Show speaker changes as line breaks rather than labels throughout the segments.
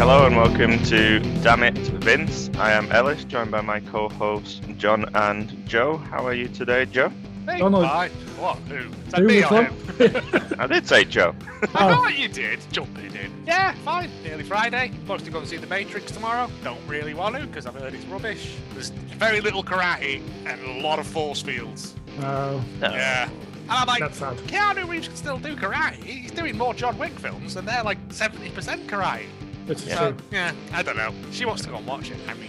Hello and welcome to Damn It Vince. I am Ellis, joined by my co-hosts John and Joe. How are you today, Joe?
Hey,
Don't know.
Mike. What? Who? Is that
Who
me
was
or
one?
him?
I did say Joe.
I
Oh.
thought you did. Jumping in. Yeah, fine. Nearly Friday. Supposed to go and see The Matrix tomorrow. Don't really want to because I've heard it's rubbish. There's very little karate and a lot of force fields.
Oh,
Yeah. And I'm like,
that's sad.
Keanu Reeves can still do karate. He's doing more John Wick films and they're like 70% karate.
It's
Yeah.
So,
true.
yeah, I don't know. She wants to go and watch it. I really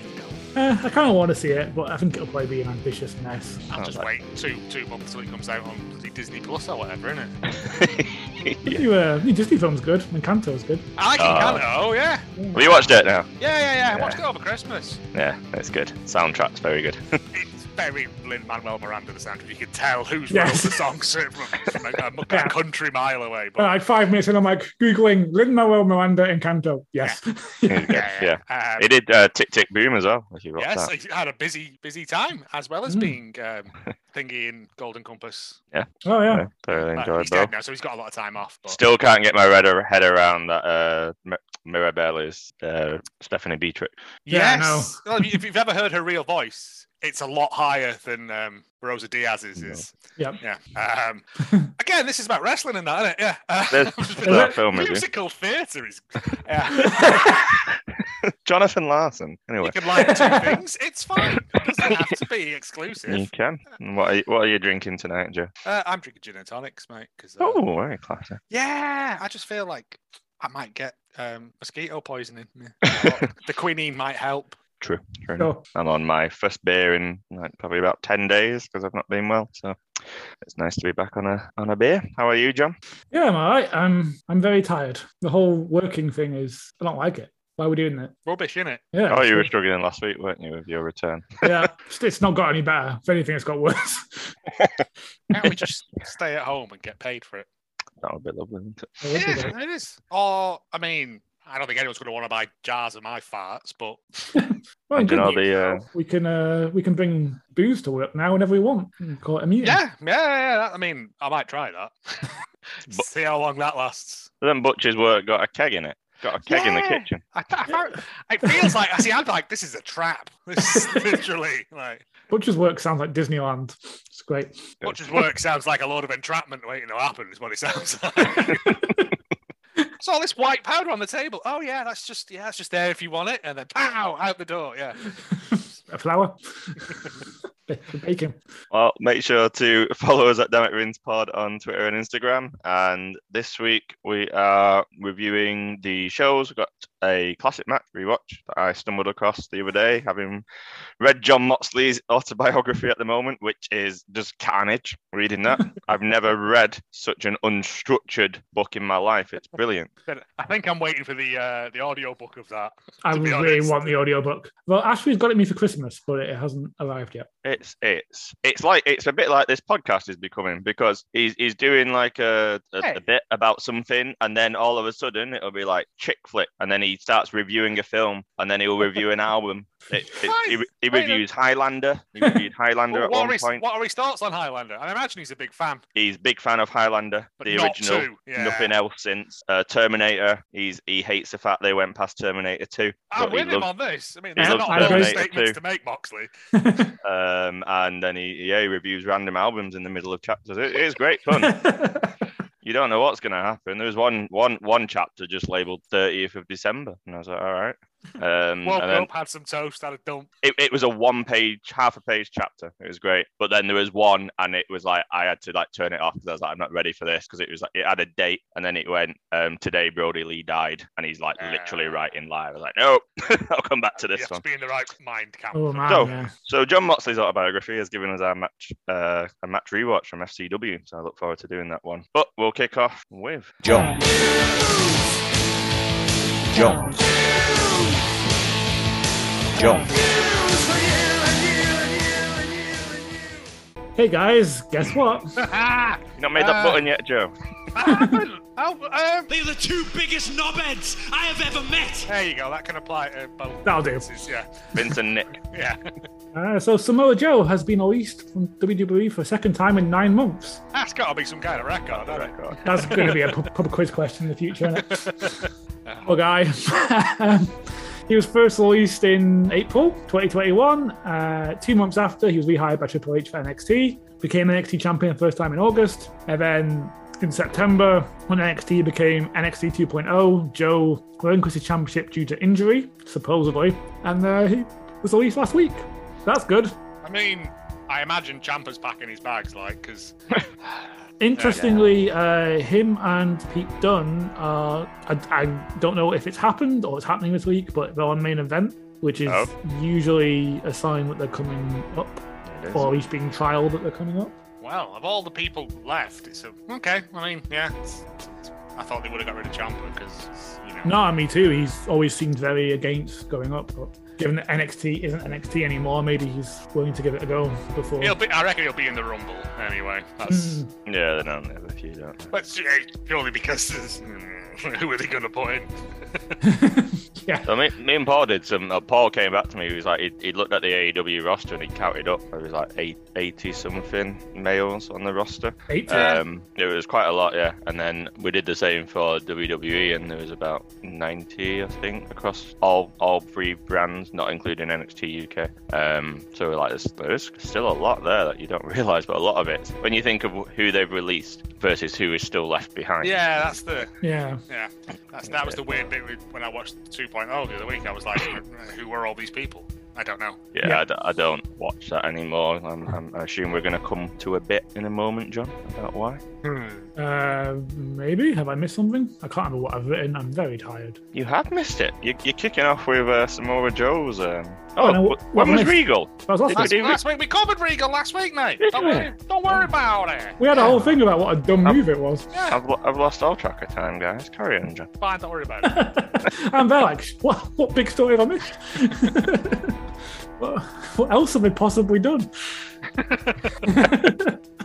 don't.
Uh, I kind of want to see it, but I think it'll probably be an ambitious mess.
I'll
Sounds
just
like-
wait two two months till it comes out on bloody Disney Plus or whatever, innit?
The
yeah.
new, uh, new Disney film's good. Encanto's good.
I like
Uh,
Encanto, oh yeah.
Have you watched it now?
Yeah, yeah, yeah. I
Yeah.
watched it over Christmas.
Yeah, that's good. Soundtrack's very good.
It's very Lin Manuel Miranda the sound. You can tell who's
Yes.
wrote the songs from, from a, a,
Yeah.
a country mile away.
But
But
like five minutes in, I'm like googling Lin Manuel Miranda Encanto. Yes.
It's good,
yeah, yeah. yeah. Um,
It did uh, Tick Tick Boom as well. If you watched
yes,
that.
I had a busy, busy time as well as
Mm.
being um, thingy in Golden Compass.
oh yeah.
Yeah, thoroughly
Uh,
enjoyed
he's
though.
dead now, so he's got a lot of time off. But
Still can't get my red head around that uh, Mi- Mirabelle's uh, Stephanie Beatrix.
Yeah, I know.
yes, Well, if you- if you've ever heard her real voice, it's a lot higher than um, Rosa Diaz's is.
No.
Yeah. Um, again, this is about wrestling and that, isn't it? Yeah. Uh,
There's
I've just been
that
it
film with you.
musical theatre is. Yeah.
yeah,
Jonathan Larson. Anyway,
You can like two things. It's fine. It doesn't have to be
you
exclusive.
can. And What are you, what are you drinking tonight, Joe?
Uh, I'm drinking gin and tonics, mate. Because uh,
Oh, very classy.
yeah, I just feel like I might get um, mosquito poisoning. Yeah. Well, the quinine might help.
True. True. enough. I'm on my first beer in like probably about ten days because I've not been well. So it's nice to be back on a on a beer. How are you, John?
I'm all right. I'm I'm very tired. The whole working thing is I don't like it. Why are we doing that?
Rubbish, innit?
Yeah.
oh, you were
it's-
struggling last week, weren't you, with your return?
yeah. It's, it's not got any better. If anything, it's got worse.
Can't we just stay at home and get paid for it?
That would be lovely. Wouldn't it?
It would
It
be
is.
great.
It is. Or I mean, I don't think anyone's going to want to buy jars of my farts, but
Well,
And, you
good
know,
news
the,
now,
uh,
we can uh, we can bring booze to work now whenever we want. And call it a meeting.
yeah, yeah, yeah. yeah, that- I mean, I might try that.
But-
See how long that lasts.
But then Butcher's work got a keg in it. Got a keg in the
Yeah.
kitchen.
I, I found- it feels like I see. I'm like, this is a trap. This is literally like
Butcher's work sounds like Disneyland. It's great.
Yeah.
Butcher's work sounds like a load of entrapment waiting to happen. Is what it sounds like. It's all this white powder on the table. Oh yeah, that's just yeah, that's just there if you want it, and then pow out the door. Yeah,
A flower. Ba- Bacon.
Well, make sure to follow us at Damn It Rins Pod on Twitter and Instagram. And this week we are reviewing the shows. We've got a classic match rewatch that I stumbled across the other day, having read John Moxley's autobiography at the moment, which is just carnage reading that. I've never read such an unstructured book in my life. It's brilliant.
But I think I'm waiting for the uh, the audio book of that.
I
To be
really
honest.
want the audiobook. Well, Ashley's got it me for Christmas, but it hasn't arrived yet.
It's it's it's like it's a bit like this podcast is becoming because he's he's doing like a a,
Hey.
a bit about something and then all of a sudden it'll be like chick flick and then he starts reviewing a film and then he'll review an album. It, it, he, re- he
Wait, wait.
reviews Highlander. He reviewed Highlander at
What, what,
one
are his,
point.
what are his thoughts on Highlander? I imagine he's a big fan,
He's a big fan of Highlander,
but
the
not
original.
two. Yeah.
Nothing else since uh, Terminator. He's he hates the fact they went past Terminator two.
I'm
but he
Oh, with him
loves-
on this. I mean,
he
they're
loves
not bold
Terminator
statements
too.
to make, Moxley.
Um, and then he yeah he reviews random albums in the middle of chapters. It- it is great
Oh,
fun. you don't know what's going to happen. There was one one one chapter just labeled 30th of December, and I was like, all right. Um,
Woke
and then
up, had some toast, had a dump.
it, it was a one page, half a page chapter. It was great, but then there was one, and it was like I had to like turn it off because I was like, I'm not ready for this because it was like it had a date, and then it went um, today Brody Lee died, and he's like literally
Ah.
writing live. I was like, nope, I'll come back to
you
this
have
one.
to be in the right mind camp.
oh man,
So-
yeah.
So John Moxley's autobiography has given us our match, uh, a match rewatch from FCW. So I look forward to doing that one. But we'll kick off with
John. John. John.
Hey guys, guess what?
Ah,
You not made that
Uh,
button yet, Joe.
that happened. oh, um,
They are the two biggest knobheads I have ever met.
there you go. That can apply to both.
That'll do.
places, Yeah,
Vince and Nick.
yeah.
Uh, so Samoa Joe has been released from WWE for a second time in nine months.
That's got to be some kind of record, hasn't it?
Record.
That's going to be a pub pub quiz question in the future. Isn't it?
Uh,
Poor guy. he was first released in April 2021. Uh, two months after, he was rehired by Triple H for NXT, became NXT champion first time in August, and then in September, when NXT became NXT 2.0, oh, Joe relinquished his championship due to injury, supposedly, and uh, he was released last week. That's good.
I mean, I imagine Champa's packing his bags, like, because
Interestingly, uh, him and Pete Dunne are. I, I don't know if it's happened or it's happening this week, but they're on main event, which is
Oh.
usually a sign that they're coming up,
is.
or at least being trialed that they're coming up.
well, of all the people left, it's a, okay. I mean, yeah, it's, it's- I thought they would have got rid of Champa because you know.
No, me too. He's always seemed very against going up, but given that NXT isn't NXT anymore, maybe he's willing to give it a go before.
He'll be, I reckon he'll be in the rumble anyway. That's
Mm,
Yeah, they don't have a few, don't they?
that's yeah, purely because there's- who are they going to put in?
yeah.
So me, me and Paul did some. Uh, Paul came back to me. He was like, he, he looked at the AEW roster and he counted up. There was like eight, 80 something males on the roster.
Eight.
Um, it was quite a lot, yeah. And then we did the same for WWE, and there was about 90, I think, across all all three brands, not including NXT UK. Um, so we're like, there's, there's still a lot there that you don't realise, but a lot of it when you think of who they've released versus who is still left behind.
Yeah, that's the
yeah.
yeah. That's, that was the weird bit with, when I watched 2.0 the other week. I was like, who were all these people? I don't know.
yeah.
Yeah.
I, d- I don't watch that anymore. I'm, I'm, I assume we're going to come to a bit in a moment, John, about why.
Uh, maybe. Have I missed something? I can't remember what I've written. I'm very tired.
You have missed it. You, you're kicking off with uh, Samoa Joe's. Um... Oh,
no,
w-
what
when was
missed?
Regal?
I was last
Did
week.
Last, last week we covered Regal last week, mate. Don't, worry- don't worry about it.
We had a whole thing about what a dumb move it was.
Yeah,
I've, lo- I've lost all track of time, guys. Carry on, John.
fine. Don't worry about it.
and they're like, what, what big story have I missed? what, what else have we possibly done?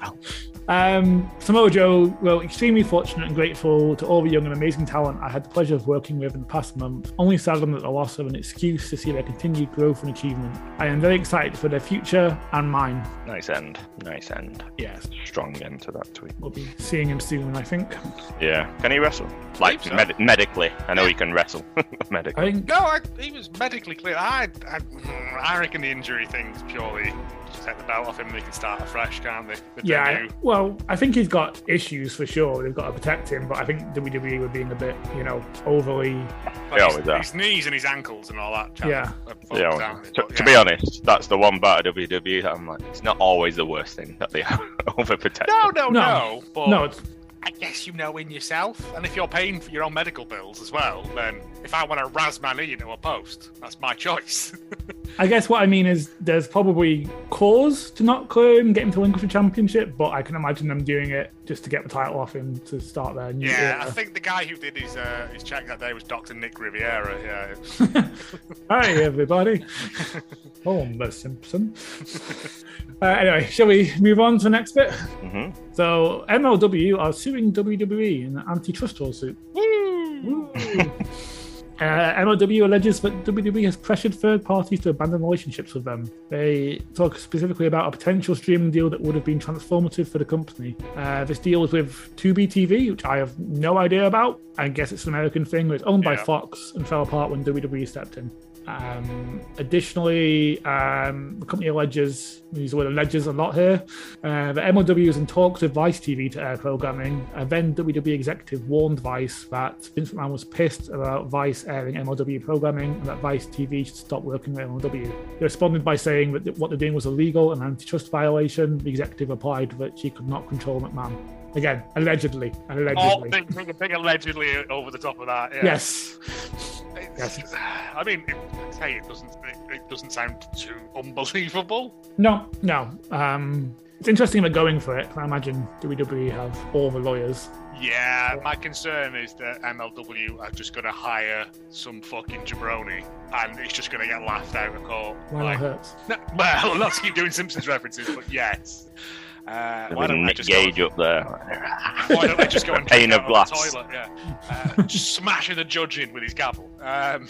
um, Samoa Joe, well, extremely fortunate and grateful to all the young and amazing talent I had the pleasure of working with in the past month. Only saddened at the loss of an excuse to see their continued growth and achievement. I am very excited for their future and mine.
Nice end. Nice end.
Yes,
Strong end to that tweet.
we'll be seeing him soon, I think.
Yeah. Can he wrestle? Like
so.
med- medically, I know he can wrestle. medically.
I think
No, I, he was medically clear. I, I, I reckon the injury thing's purely just take the belt off him. They can start afresh, can't they? With their
Yeah,
new-
I- well, I think he's got issues for sure. They've got to protect him, but I think E WWE were being a bit, you know, overly.
Like
Yeah,
his,
with that.
his knees and his ankles and all that. Chap,
Yeah.
are fucked,
Yeah, well,
aren't they?
to,
But
to
yeah.
be honest, that's the one part of WWE that I'm like, it's not always the worst thing that they overprotect.
No, Oh, no, no.
No.
but
No, it's,
I guess you know in yourself. And if you're paying for your own medical bills as well, then if I want to razz my knee into a post, that's my choice.
I guess what I mean is there's probably cause to not clear him, get him to link with the championship, but I can imagine them doing it just to get the title off him to start their new
yeah, I
era.
think the guy who did his uh, his check that day was Dr. Nick Riviera. Yeah.
Hi, everybody. Homer Simpson. uh, anyway, shall we move on to the next bit?
hmm
Mm-hmm.
So, MLW are suing WWE in an antitrust lawsuit.
Woo!
Uh, MLW alleges that WWE has pressured third parties to abandon relationships with them. They talk specifically about a potential streaming deal that would have been transformative for the company. Uh, this deal is with 2B TV, which I have no idea about. I guess it's an American thing, but it's owned by
Yeah.
Fox and fell apart when WWE stepped in. Um, additionally, um, the company alleges, we use the word alleges a lot here, uh, that MLW is in talks with Vice TV to air programming. A then WWE executive warned Vice that Vince McMahon was pissed about Vice airing MLW programming and that Vice TV should stop working with MLW. They responded by saying that what they're doing was illegal and antitrust violation. The executive replied that she could not control McMahon. Again, allegedly. Allegedly.
Oh, big, big, big allegedly over the top of that. Yeah.
Yes.
It's- I mean, it, I'd say it doesn't. It, it doesn't sound too unbelievable.
No, no. Um, it's interesting they're going for it. 'cause I imagine WWE have all the lawyers.
Yeah, my concern is that MLW are just going to hire some fucking jabroni, and it's just going to get laughed out of court.
Lionel
Like,
Hurts.
no, well, not to keep doing Simpsons references, but yes. Uh, why don't I
Nick
just go,
Gage up there.
Why don't I just go and
Pane
check
of
out on
glass.
The toilet, yeah. Uh, just smashing the judge in with his gavel. Um,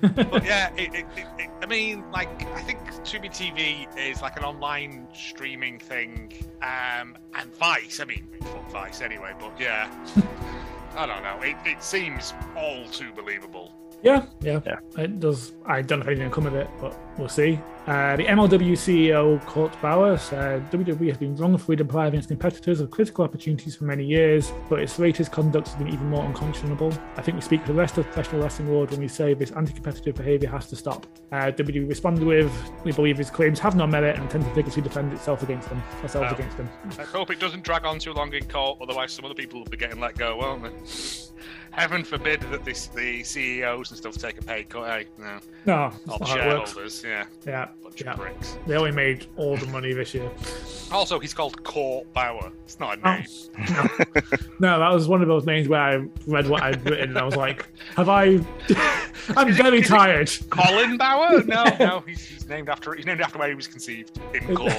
but yeah, it, it, it, it, I mean, like, I think Tubi TV is like an online streaming thing, um, and Vice. I mean, fuck Vice anyway, but yeah. I don't know. It, it seems all too believable.
Yeah, yeah,
Yeah.
It does. I don't know if anything will come of it, but we'll see. Uh, the MLW CEO Kurt Bauer said WWE has been wrongfully depriving its competitors of critical opportunities for many years, but its latest conduct has been even more unconscionable. I think we speak for the rest of the professional wrestling world when we say this anti-competitive behaviour has to stop. Uh, WWE responded with, "We believe his claims have no merit and intend to vigorously defend itself against them, ourselves
Wow.
against them."
I hope it doesn't drag on too long in court, otherwise some other people will be getting let go, won't they? Heaven forbid that this, the CEOs and stuff take a pay cut, eh? No.
No,
Or
that's
the
not how it works.
shareholders, yeah.
Yeah,
Bunch
yeah.
of bricks.
They only made all the money this year.
Also, he's called Court Bauer. It's not a
Oh.
name.
No, that was one of those names where I read what I'd written and I was like, have I. I'm
Is it-
very
is it-
tired.
Colin Bauer? No, no, he's, he's named after he's named after where he was conceived in court.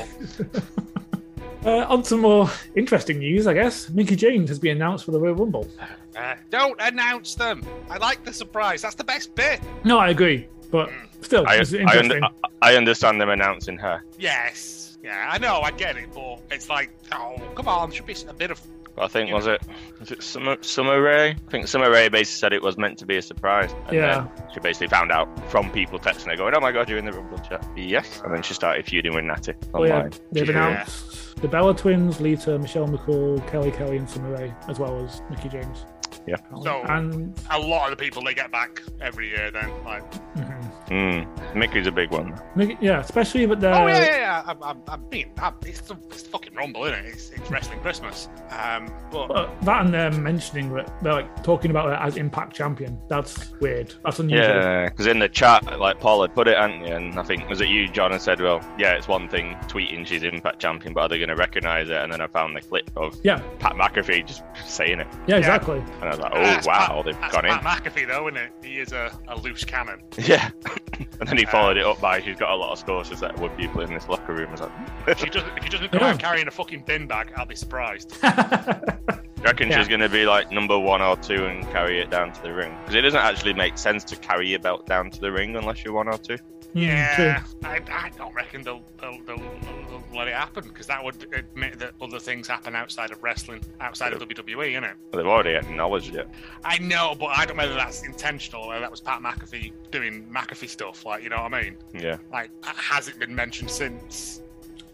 Uh, on to more interesting news, I guess. Mickey James has been announced for the Royal Rumble.
Uh, don't announce them. I like the surprise. That's the best bit.
No, I agree, but
Hmm.
still,
I,
it's
I,
interesting.
under, uh, I I understand them announcing her.
Yes. Yeah, I know. I get it, but it's like, oh, come on. Should be a bit of.
I think was it was it Summer Summer Rae? I think Summer Rae basically said it was meant to be a surprise. And
Yeah.
Then she basically found out from people texting her going, "Oh my god, you're in the Rumble chat." Yes. And then she started feuding with Natty
Oh, yeah,
online.
they've
Yeah.
announced the Bella twins, Lita, Michelle McCool, Kelly Kelly, and Summer Rae, as well as Mickey James.
Yeah.
So-
and
A lot of the people they get back every year. Then, like,
mhm.
Mm. Mickey's a big one.
Mickey- yeah, especially with the
oh yeah, yeah, yeah. I'm, I'm, I'm being. I'm, it's, the, it's the fucking rumble, isn't it? It's, it's wrestling Christmas. Um, but
But that and them mentioning that they're like talking about her as Impact Champion. That's weird. That's unusual.
Yeah, because in the chat, like Paul had put it, hadn't you? And I think was it you, John, and said, "Well, yeah, it's one thing tweeting she's Impact Champion, but are they going to recognise it?" And then I found the clip of
Yeah,
Pat McAfee just saying it,
yeah, exactly.
and I was like, "Oh
That's
wow,
Pat-
they've
that's
gone in."
Pat McAfee, though, isn't it? He is a, a loose cannon.
Yeah. and then he
Uh,
followed it up by she's got a lot of scores to set with people in this locker room. I was like, "Hmm."
If he doesn't, if he doesn't go
Yeah.
out carrying a fucking bin bag, I'll be surprised.
Mm,
"Do you reckon
Yeah.
she's going to be like number one or two and carry it down to the ring? Because it doesn't actually make sense to carry your belt down to the ring unless you're one or two.
Mm,
Yeah,
true.
I, I don't reckon they'll, they'll, they'll, they'll let it happen because that would admit that other things happen outside of wrestling, outside of WWE, innit?
But they've already acknowledged it.
I know, but I don't know whether that's intentional or whether that was Pat McAfee doing McAfee stuff. Like, you know what I mean?
Yeah.
Like, h- has it been mentioned since?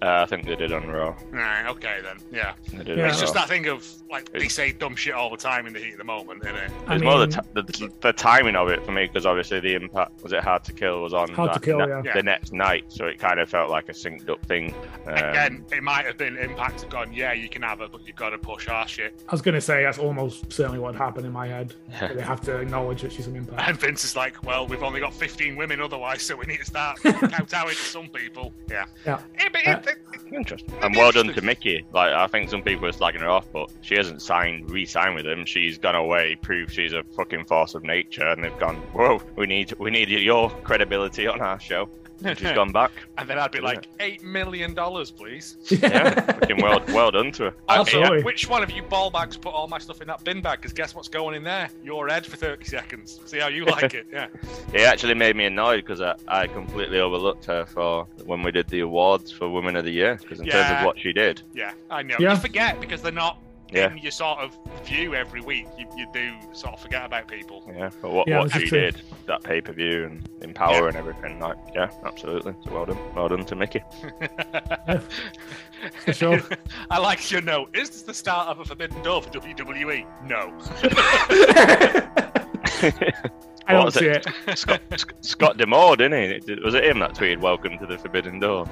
Uh, I think they did on Raw.
Right, okay then. Yeah.
They did
Yeah.
on
It's just
Raw.
that thing of, like, they
Oh. It's-
say dumb shit all the time in the heat of the moment, innit?
I
It's more the,
mean,
t- the, the timing of it for me because obviously the impact was it hard to kill was on
Hard to
that
Kill,
ne-
yeah.
Yeah.
the next night, so it kind of felt like a synced up thing. Um,
Again, it might have been Impact have gone, yeah, you can have it, but you've got to push our shit.
I was going to say that's almost certainly what happened in my head.
Yeah.
They have to acknowledge that she's an impact.
And Vince is like, well, we've only got 15 women otherwise, so we need to start kowtowing to some people. Yeah.
Yeah.
Eh, but it- it-
Interesting. And well done to Mickey. Like I think some people are slagging her off, but she hasn't signed, re-signed with them. She's gone away, proved she's a fucking force of nature, and they've gone. Whoa, we need we need your credibility on our show. And she's gone back.
and then I'd be like, $8 million, please.
Yeah, fucking well well done to her.
Absolutely.
Hey, which one of you ball bags put all my stuff in that bin bag? Because guess what's going in there? Your head for 30 seconds. See how you like it. Yeah.
It actually made me annoyed because I, I completely overlooked her for when we did the awards for Women of the Year. Because in terms
Yeah.
of what she did,
Yeah. I know.
Yeah.
You forget because they're not
Yeah.
in your sort of view every week. You, you do sort of forget about people.
yeah, for what,
Yeah,
what
this is
she
true.
did, that pay per view and Empower and everything. Like, yeah, absolutely. So well done, well done to Mickey.
For sure.
I like your note. Is this the start of a forbidden door for WWE? No.
I
What
don't
was
see it.
it? Scott, Sc- Scott Demore, didn't he? Did- Was it him that tweeted "Welcome to the Forbidden Door"?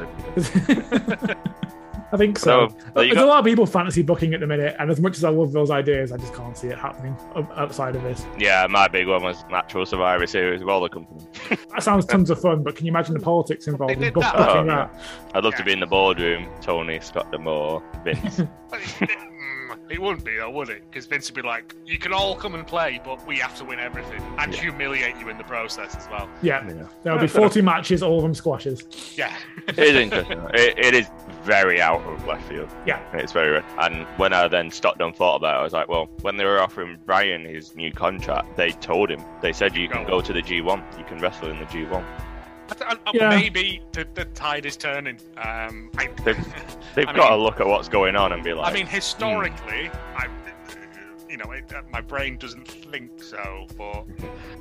I think
So,
so.
there you
There's
go.
a lot of people fantasy booking at the minute, and as much as I love those ideas, I just can't see it happening o- outside of this.
Yeah, my big one was Natural Survivor Series with all the company.
That sounds tons of fun, but can you imagine the politics involved in
did
book
that.
booking
Oh,
that?
I'd love to be in the boardroom. Tony, Scott Demore, Vince.
But it, mm, it wouldn't be though, would it? Because Vince would be like, "You can all come and play, but we have to win everything and
Yeah.
humiliate you in the process as well."
Yeah, there'll be 40 matches, all of them squashes.
Yeah,
It is interesting. It, it is very out of left field.
Yeah.
It's very rare. And when I then stopped and thought about it, I was like, well, when they were offering Brian his new contract, they told him, they said, you can go to the G1, you can wrestle in the G1.
I th- I- I-
Yeah.
maybe the, the tide is turning. Um, I,
They've
I
got
mean-
to look at what's going on and be like,
I mean, historically, I, you know, it, uh, my brain doesn't think so. But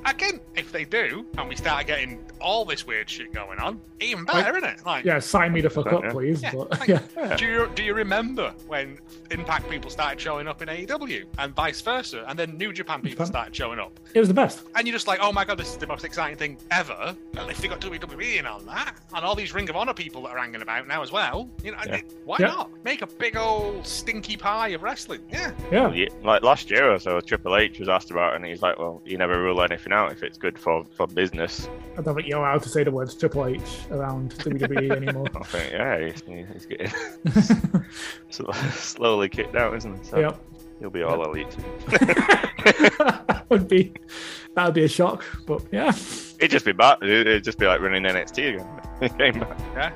again, if they do, and we start getting all this weird shit going on, even better, isn't it? Like,
Yeah, sign me the fuck up,
Yeah.
please.
Yeah,
But
like-
yeah,
do you do you remember when Impact people started showing up in AEW and vice versa, and then New Japan people
Japan.
started showing up,
it was the best.
and you're just like, oh my god, this is the most exciting thing ever. Well, if they got WWE in on that, and all these Ring of Honor people that are hanging about now as well, you know,
Yeah.
it- why
Yeah.
not make a big old stinky pie of wrestling? Yeah,
Yeah,
Yeah, like last year or so, Triple H was asked about, it and he's like, "Well, you never rule anything out if it's good for, for business."
I don't think you're allowed to say the words Triple H around WWE anymore.
I think, yeah, he's, he's getting sl- slowly kicked out, isn't he? So
yep.
he'll be all elite.
would be that would be a shock, but yeah.
It'd just be bad. It'd just be like running NXT again. He came back.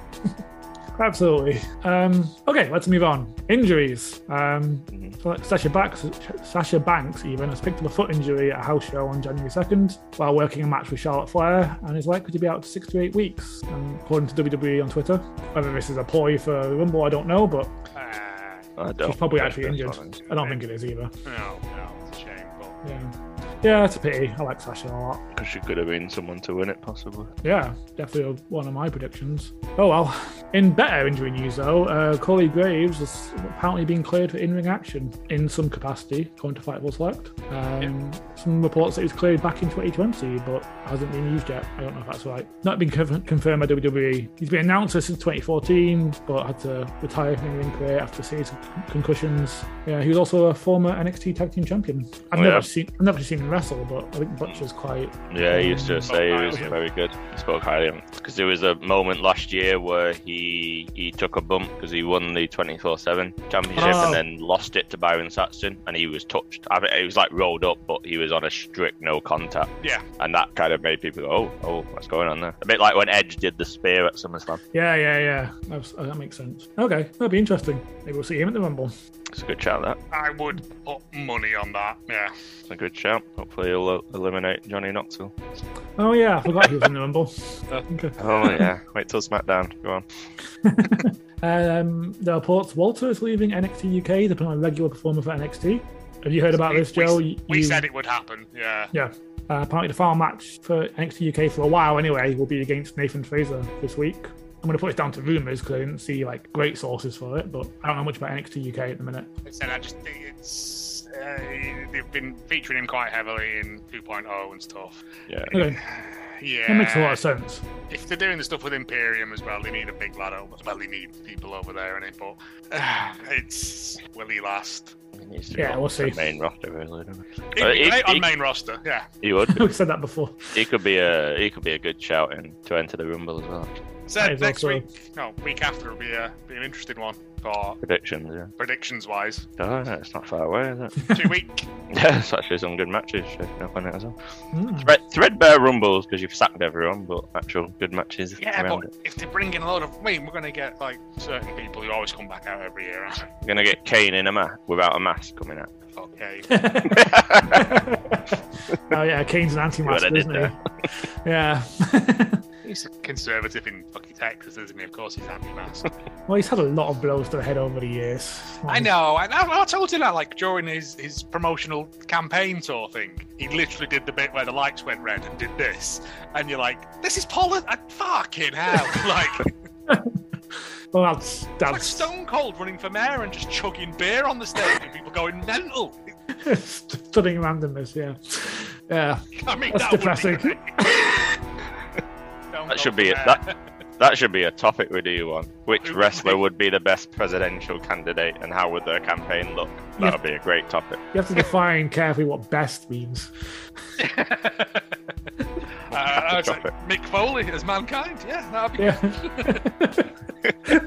Absolutely. Um, okay, let's move on. Injuries. Um, so Sasha, Banks, Sasha Banks even has picked up a foot injury at a house show on January 2nd while working a match with Charlotte Flair and is likely to be out six to eight weeks, um, according to WWE on Twitter. Whether this is a ploy for Rumble, I don't know, but
uh,
I don't
she's probably
think
actually
that's
injured.
fine.
I don't think it is either.
no, no, it's a shame, but.
Yeah. Yeah, that's a pity. I like Sasha a lot.
'Cause she could have been someone to win it, possibly.
Yeah, definitely one of my predictions. Oh well. In better injury news though, uh, Corey Graves has apparently been cleared for in-ring action in some capacity, according to Fightful Select. Um, Some reports that he was cleared back in 2020, but hasn't been used yet. I don't know if that's right. Not been conf- confirmed by WWE. He's been an announcer since 2014, but had to retire from in-ring career after a series of con- concussions. Yeah, he was also a former NXT Tag Team Champion. I've
Oh,
never
yeah.
seen, I've never seen him wrestle, but I think Butcher's quite.
Yeah, he used to say he was
highly of
very good. He spoke highly of him because there was a moment last year where he he took a bump because he won the twenty four seven championship
Oh.
and then lost it to Byron Saxton and he was touched. I mean, he was like rolled up, but he was on a strict no contact.
Yeah.
and that kind of made people go, oh, oh, what's going on there? A bit like when Edge did the spear at SummerSlam.
Yeah, yeah, yeah. That's, uh, that makes sense. Okay, that'd be interesting. Maybe we'll see him at the Rumble.
It's a good shout. That
I would put money on that. Yeah.
it's a good shout. Hopefully, he'll uh, eliminate Johnny Knoxville.
Oh yeah, I forgot he was in the Rumble. Okay.
Oh yeah, wait till SmackDown. Go on.
Um, the reports Walter is leaving NXT UK to become a regular performer for NXT. Have you heard about this,
We-
Joe?
We,
You-
we said it would happen. Yeah.
Yeah. Uh, apparently, the final match for NXT UK for a while anyway will be against Nathan Fraser this week. I'm going to put it down to rumours because I didn't see like great sources for it, but I don't know much about NXT UK at the minute.
I said I just think it's uh, they've been featuring him quite heavily in 2.0 and stuff.
Yeah.
Okay,
Yeah.
that makes a lot of sense.
If they're doing the stuff with Imperium as well, they need a big lad over. Well, they need people over there, and it. But uh, it's will he last?
He needs to
Yeah,
go
we'll
on
see.
the Main roster, really. doesn't
He'd be
Uh, he-
great on
he-
main roster. Yeah.
He He would.
we said that before.
He could be a he could be a good shout in to enter the rumble as well.
Said
is
next
also-
week. No, week after will be a be an interesting one for
Predictions, yeah.
predictions wise.
Oh, yeah, it's not far away, is it?
Two week.
yeah, it's actually some good matches shaping up on it as well.
Hmm.
Thread, threadbare rumbles because you've sacked everyone, but actual good matches
Yeah,
around
but
it.
if they bring in a lot of, I mean, we're going to get like certain people who always come back out every year. aren't
We're gonna get Kane in a mask without a mask coming out.
we? Okay.
oh yeah, Kane's an anti-mask,
See what I
isn't
did
he? yeah.
He's a conservative in fucking Texas, isn't he? Of course, he's anti-mask.
well, he's had a lot of blows to the head over the years.
I know. I, I I told you that, like during his his promotional campaign tour thing, he literally did the bit where the lights went red and did this, and you're like, "This is Pollard." I fucking hell! like, it's
Well, that's
like
that's
Stone Cold running for mayor and just chugging beer on the stage and people going mental.
stunning randomness. Yeah, yeah.
I mean,
That's
that
depressing.
Would be
That should be it. That that should be a topic we do on. Which
Who-
wrestler would be the best presidential candidate and how would their campaign look?
Yeah.
That would be a great topic.
You have to define carefully what best means.
uh, I was like, Mick Foley as mankind. Yeah, that'd be.
Yeah.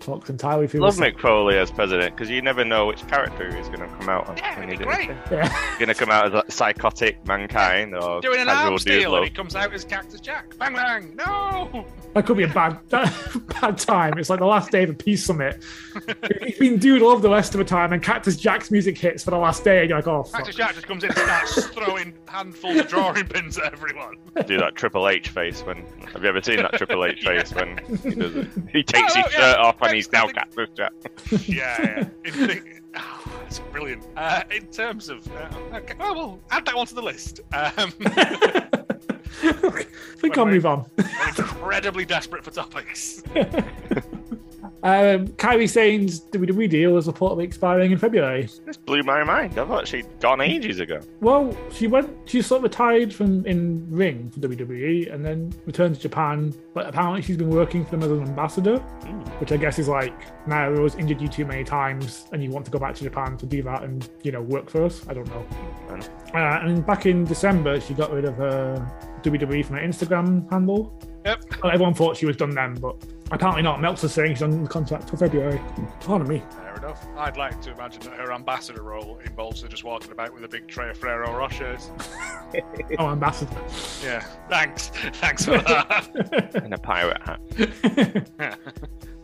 Talks entirely through.
Love
the-
Mick Foley as president because you never know which character he's going to come out on.
Yeah,
when
it'd
he
be
does his
great.
thing.
Yeah.
gonna come out as like, psychotic mankind or
Doing an
casual
arm steal and
dude
he comes out as Cactus Jack. Bang bang! No.
That could be a bad bad time. It's like the last day of a peace summit. He's been doodle all the rest of the time, and Cactus Jack's music hits for the last day. And you're like, oh, fuck.
Cactus Jack just comes in and starts throwing handfuls of drawing pins at everyone.
love. do that Triple H face when have you ever seen that Triple H face when he does it? He takes
Oh,
his
yeah.
shirt off and
Yeah,
he's now
I think-
Cactus Jack.
Yeah, yeah. If they- oh, That's brilliant. Uh, in terms of, uh, okay, well, we'll add that one to the list. Um,
I think I'll
Wait,
move on.
I'm incredibly desperate for topics.
Um, Kyrie Sane's WWE deal is reportedly expiring in February.
This blew my mind. I've actually gone ages ago.
Well, she went. She sort of retired from in ring for WWE and then returned to Japan. But apparently, she's been working for them as an ambassador, which I guess is like Naira was injured you too many times, and you want to go back to Japan to do that and you know work for us. I don't know.
I know.
Uh, and back in December, she got rid of her WWE from her Instagram handle.
Yep.
Well, everyone thought she was done then, but apparently not. Meltzer's saying she's on contract till February. Pardon me.
Fair enough. I'd like to imagine that her ambassador role involves her just walking about with a big tray of Ferrero Rochers.
Oh, ambassador.
Yeah. Thanks. Thanks for that.
In a pirate hat.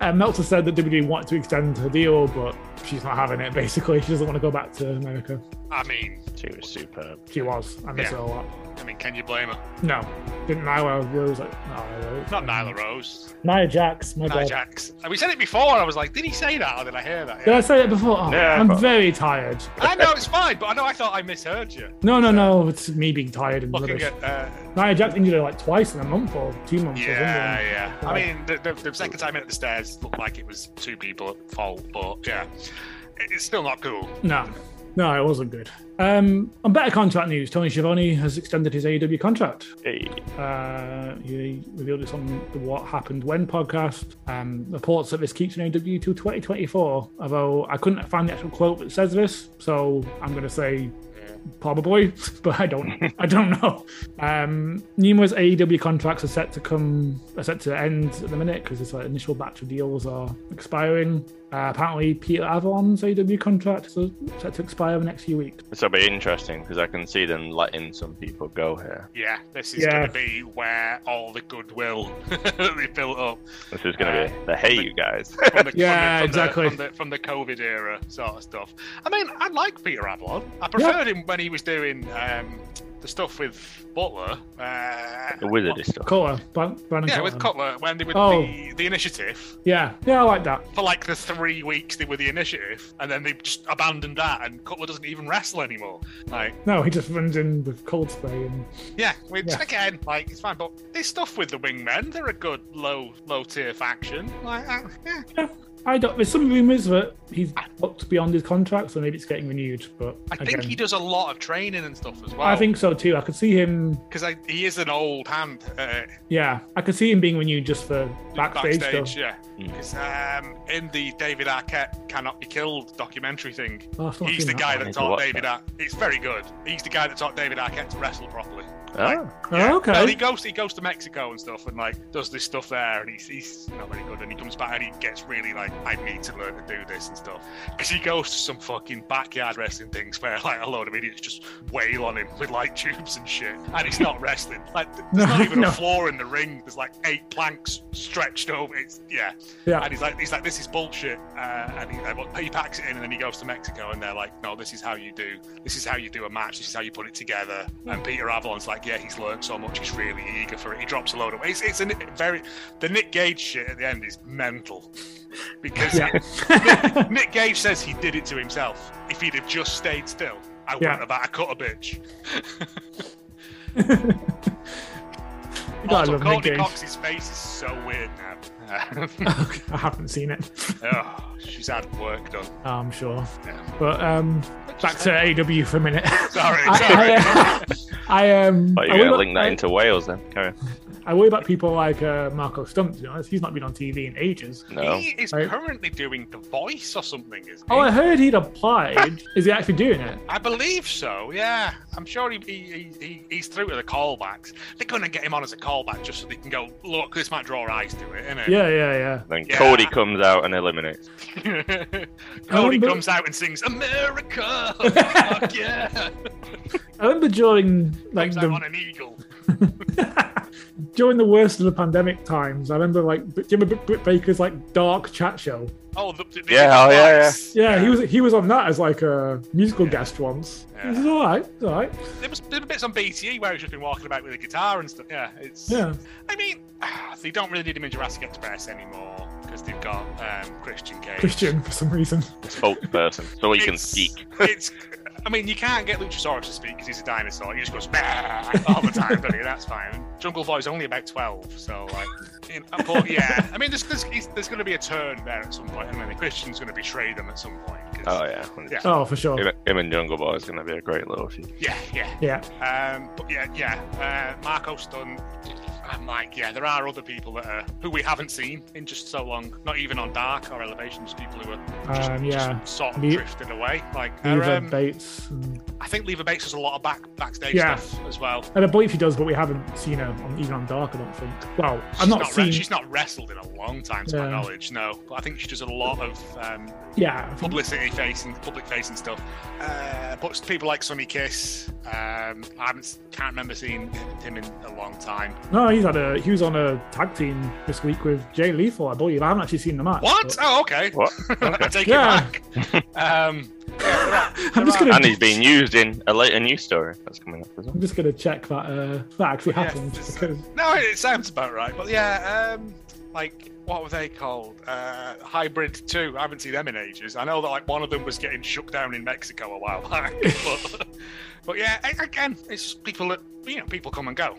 Uh, Meltzer said that WWE wanted to extend her deal, but she's not having it. Basically, she doesn't want to go back to America.
I mean,
She was superb.
She was. I miss
Yeah.
her a lot.
I mean, can you blame her?
No, didn't Nyla Rose? Like, no, Nyla Rose.
Not Nyla Rose.
Nia Jax. My
Nia
God.
Jax. We said it before. I was like, did he say that? Or did I hear that?
Did I say that before? Oh,
Yeah,
I'm
but-
very tired.
I know it's fine, but I know I thought I misheard you.
No, no, no. It's me being tired and
Looking
rubbish.
at. Uh,
Nia Jax injured her like twice in a month or two months. or
yeah,
something.
yeah. I mean, the, the, the second time in at the stairs looked like it was two people at fault, but yeah, It- it's still not cool.
No, no, it wasn't good. Um, on better contract news, Tony Schiavone has extended his AEW contract.
Hey,
Uh, he revealed this on the What Happened When podcast. Um, reports that this keeps E an AW to 2024, although I couldn't find the actual quote that says this, so I'm going to say probably, but I don't, I don't know. Um, numerous AEW contracts are set to come, are set to end at the minute because this like, initial batch of deals are expiring. Uh, apparently, Peter Avalon's E AEW contract is set to expire in the next few weeks.
this will be interesting because I can see them letting some people go here.
Yeah, this is
Yeah.
going to be where all the goodwill that they built up
This is going
Uh,
to be the hey, you guys.
from the,
Yeah,
from the- from
exactly.
the, from, the, from the COVID era sort of stuff. I mean, I like Peter Avalon. I preferred him when he was doing um, the stuff with Butler. Uh,
the wizard is stuff.
Cutler, Bran- Brandon
yeah,
Cutler.
with Cutler when they were
Oh.
the, the initiative.
yeah, yeah, I like that.
for like the three weeks they were the initiative, and then they just abandoned that, and Cutler doesn't even wrestle anymore. Like,
No, he just runs in with cold spray and
yeah, which
Yeah.
again, like it's fine, but this stuff with the wingmen, they're a good low low tier faction. Like, uh, yeah,
I don't. There's some rumours that he's booked beyond his contract, so maybe it's getting renewed. But
I
again,
think he does a lot of training and stuff as well.
I think so too. I could see him.
because he is an old hand uh,
Yeah, I could see him being renewed just for backstage,
backstage,
stuff.
yeah.
Mm.
Because um, in the David Arquette cannot be killed documentary thing,
Oh, I've not
he's
seen
the
that.
guy
I
that
need to
taught
watch
David. Ar- it's very good. He's the guy that taught David Arquette to wrestle properly.
Oh,
Oh, okay.
No, he goes he goes to Mexico and stuff, and like does this stuff there, and he's, he's not very good. And he comes back and he gets really like, I need to learn to do this and stuff, because he goes to some fucking backyard wrestling things where like a load of idiots just wail on him with like tubes and shit, and it's not wrestling. Like th- there's
No,
not even
no.
a floor in the ring. There's like eight planks stretched over. It's yeah,
yeah,
and he's like he's like this is bullshit, uh, and he, like, he packs it in, and then he goes to Mexico, and they're like, no, this is how you do, this is how you do a match, this is how you put it together. And Peter Avalon's like, yeah, he's learned so much, he's really eager for it. He drops a load of it's it's a ni- very the Nick Gage shit at the end is mental because
yeah.
Nick Gage says he did it to himself. If he'd have just stayed still, I
Yeah.
wouldn't have had a cut a bitch.
God, I
Also,
love Nick
Courtney
Gage.
Cox's face is so weird now.
I haven't seen it.
oh, she's had work done.
I'm sure.
Yeah.
But um, back to AW for a minute.
Sorry, sorry.
I, uh, I, I um.
But you're
I
going
worry
to
about-
link that into Wales then? Carry on.
I worry about people like uh, Marco Stunt. To be honest, he's not been on TV in ages.
No.
He is
Right.
currently doing The Voice or something, isn't he?
Oh, I heard he'd applied. Is he actually doing it?
I believe so. Yeah, I'm sure he, he, he he's through to the callbacks. They're gonna get him on as a callback just so they can go look. This might draw eyes to it, isn't
Yeah, yeah, yeah.
Then
Yeah.
Cody comes out and eliminates.
it?
I
Cody
wonder-
comes out and sings "America." Fuck yeah!
I remember during like
Comes out on
the
an eagle.
during the worst of the pandemic times. I remember like do you remember Britt Baker's like dark chat show?
Oh, the, the, the
Yeah, oh, yeah,
lights.
Yeah, he was he was on that as like a musical guest once.
Yeah.
This is all right, it's all right.
There was, there were bits on BTE where he's just been walking about with a guitar and stuff. Yeah, it's
Yeah,
I mean, they don't really need him in Jurassic Express anymore because because they've got um, Christian Cage.
Christian for some reason.
spokesperson, so he can
It's-
speak.
It's. I mean, you can't get Luchasaurus to speak because he's a dinosaur. He just goes "Bah," all the time, doesn't he? That's fine. Jungle Boy's only about twelve, so like, you know, but yeah. I mean, there's there's, he's- there's going to be a turn there at some point, and then Christian's going to betray them at some point. 'cause-
Oh yeah,
Yeah.
Oh, for sure.
Him, him and Jungle Boy is going to be a great little feud.
yeah, yeah.
Yeah.
Um, but yeah, yeah, uh, Marco's done. I'm like, yeah, there are other people that are who we haven't seen in just so long. Not even on Dark or Elevation, just people who are just,
Um, yeah.
just sort of
Le-
drifted away. Like, uh,
Lever
um,
Bates. And,
I think Lever Bates does a lot of back backstage
Yeah.
stuff as well.
and I believe he does, but we haven't seen her on, even on Dark, I don't think. Well, I've
She's
not,
not re-
seen.
she's not wrestled in a long time, to my
Yeah.
knowledge. No, but I think she does a lot of um,
yeah. I think-
publicity facing, public facing stuff. Uh, but people like Sonny Kiss, um, I haven't s- can't remember seeing him in a long time.
No, he's had a. He was on a tag team this week with Jay Lethal, I believe. I haven't actually seen the match.
What?
but-
Oh, okay.
What?
I take
Yeah.
it back. Um,
I'm just gonna.
And he's being used in a later news story that's coming up as well.
I'm just gonna check that uh, that actually
Yeah,
happened
just-
because
no, it sounds about right. But yeah, um, like what were they called? Uh, Hybrid Two. I haven't seen them in ages. I know that like one of them was getting shut down in Mexico a while back. But, but yeah, a- again, it's people that you know people come and go.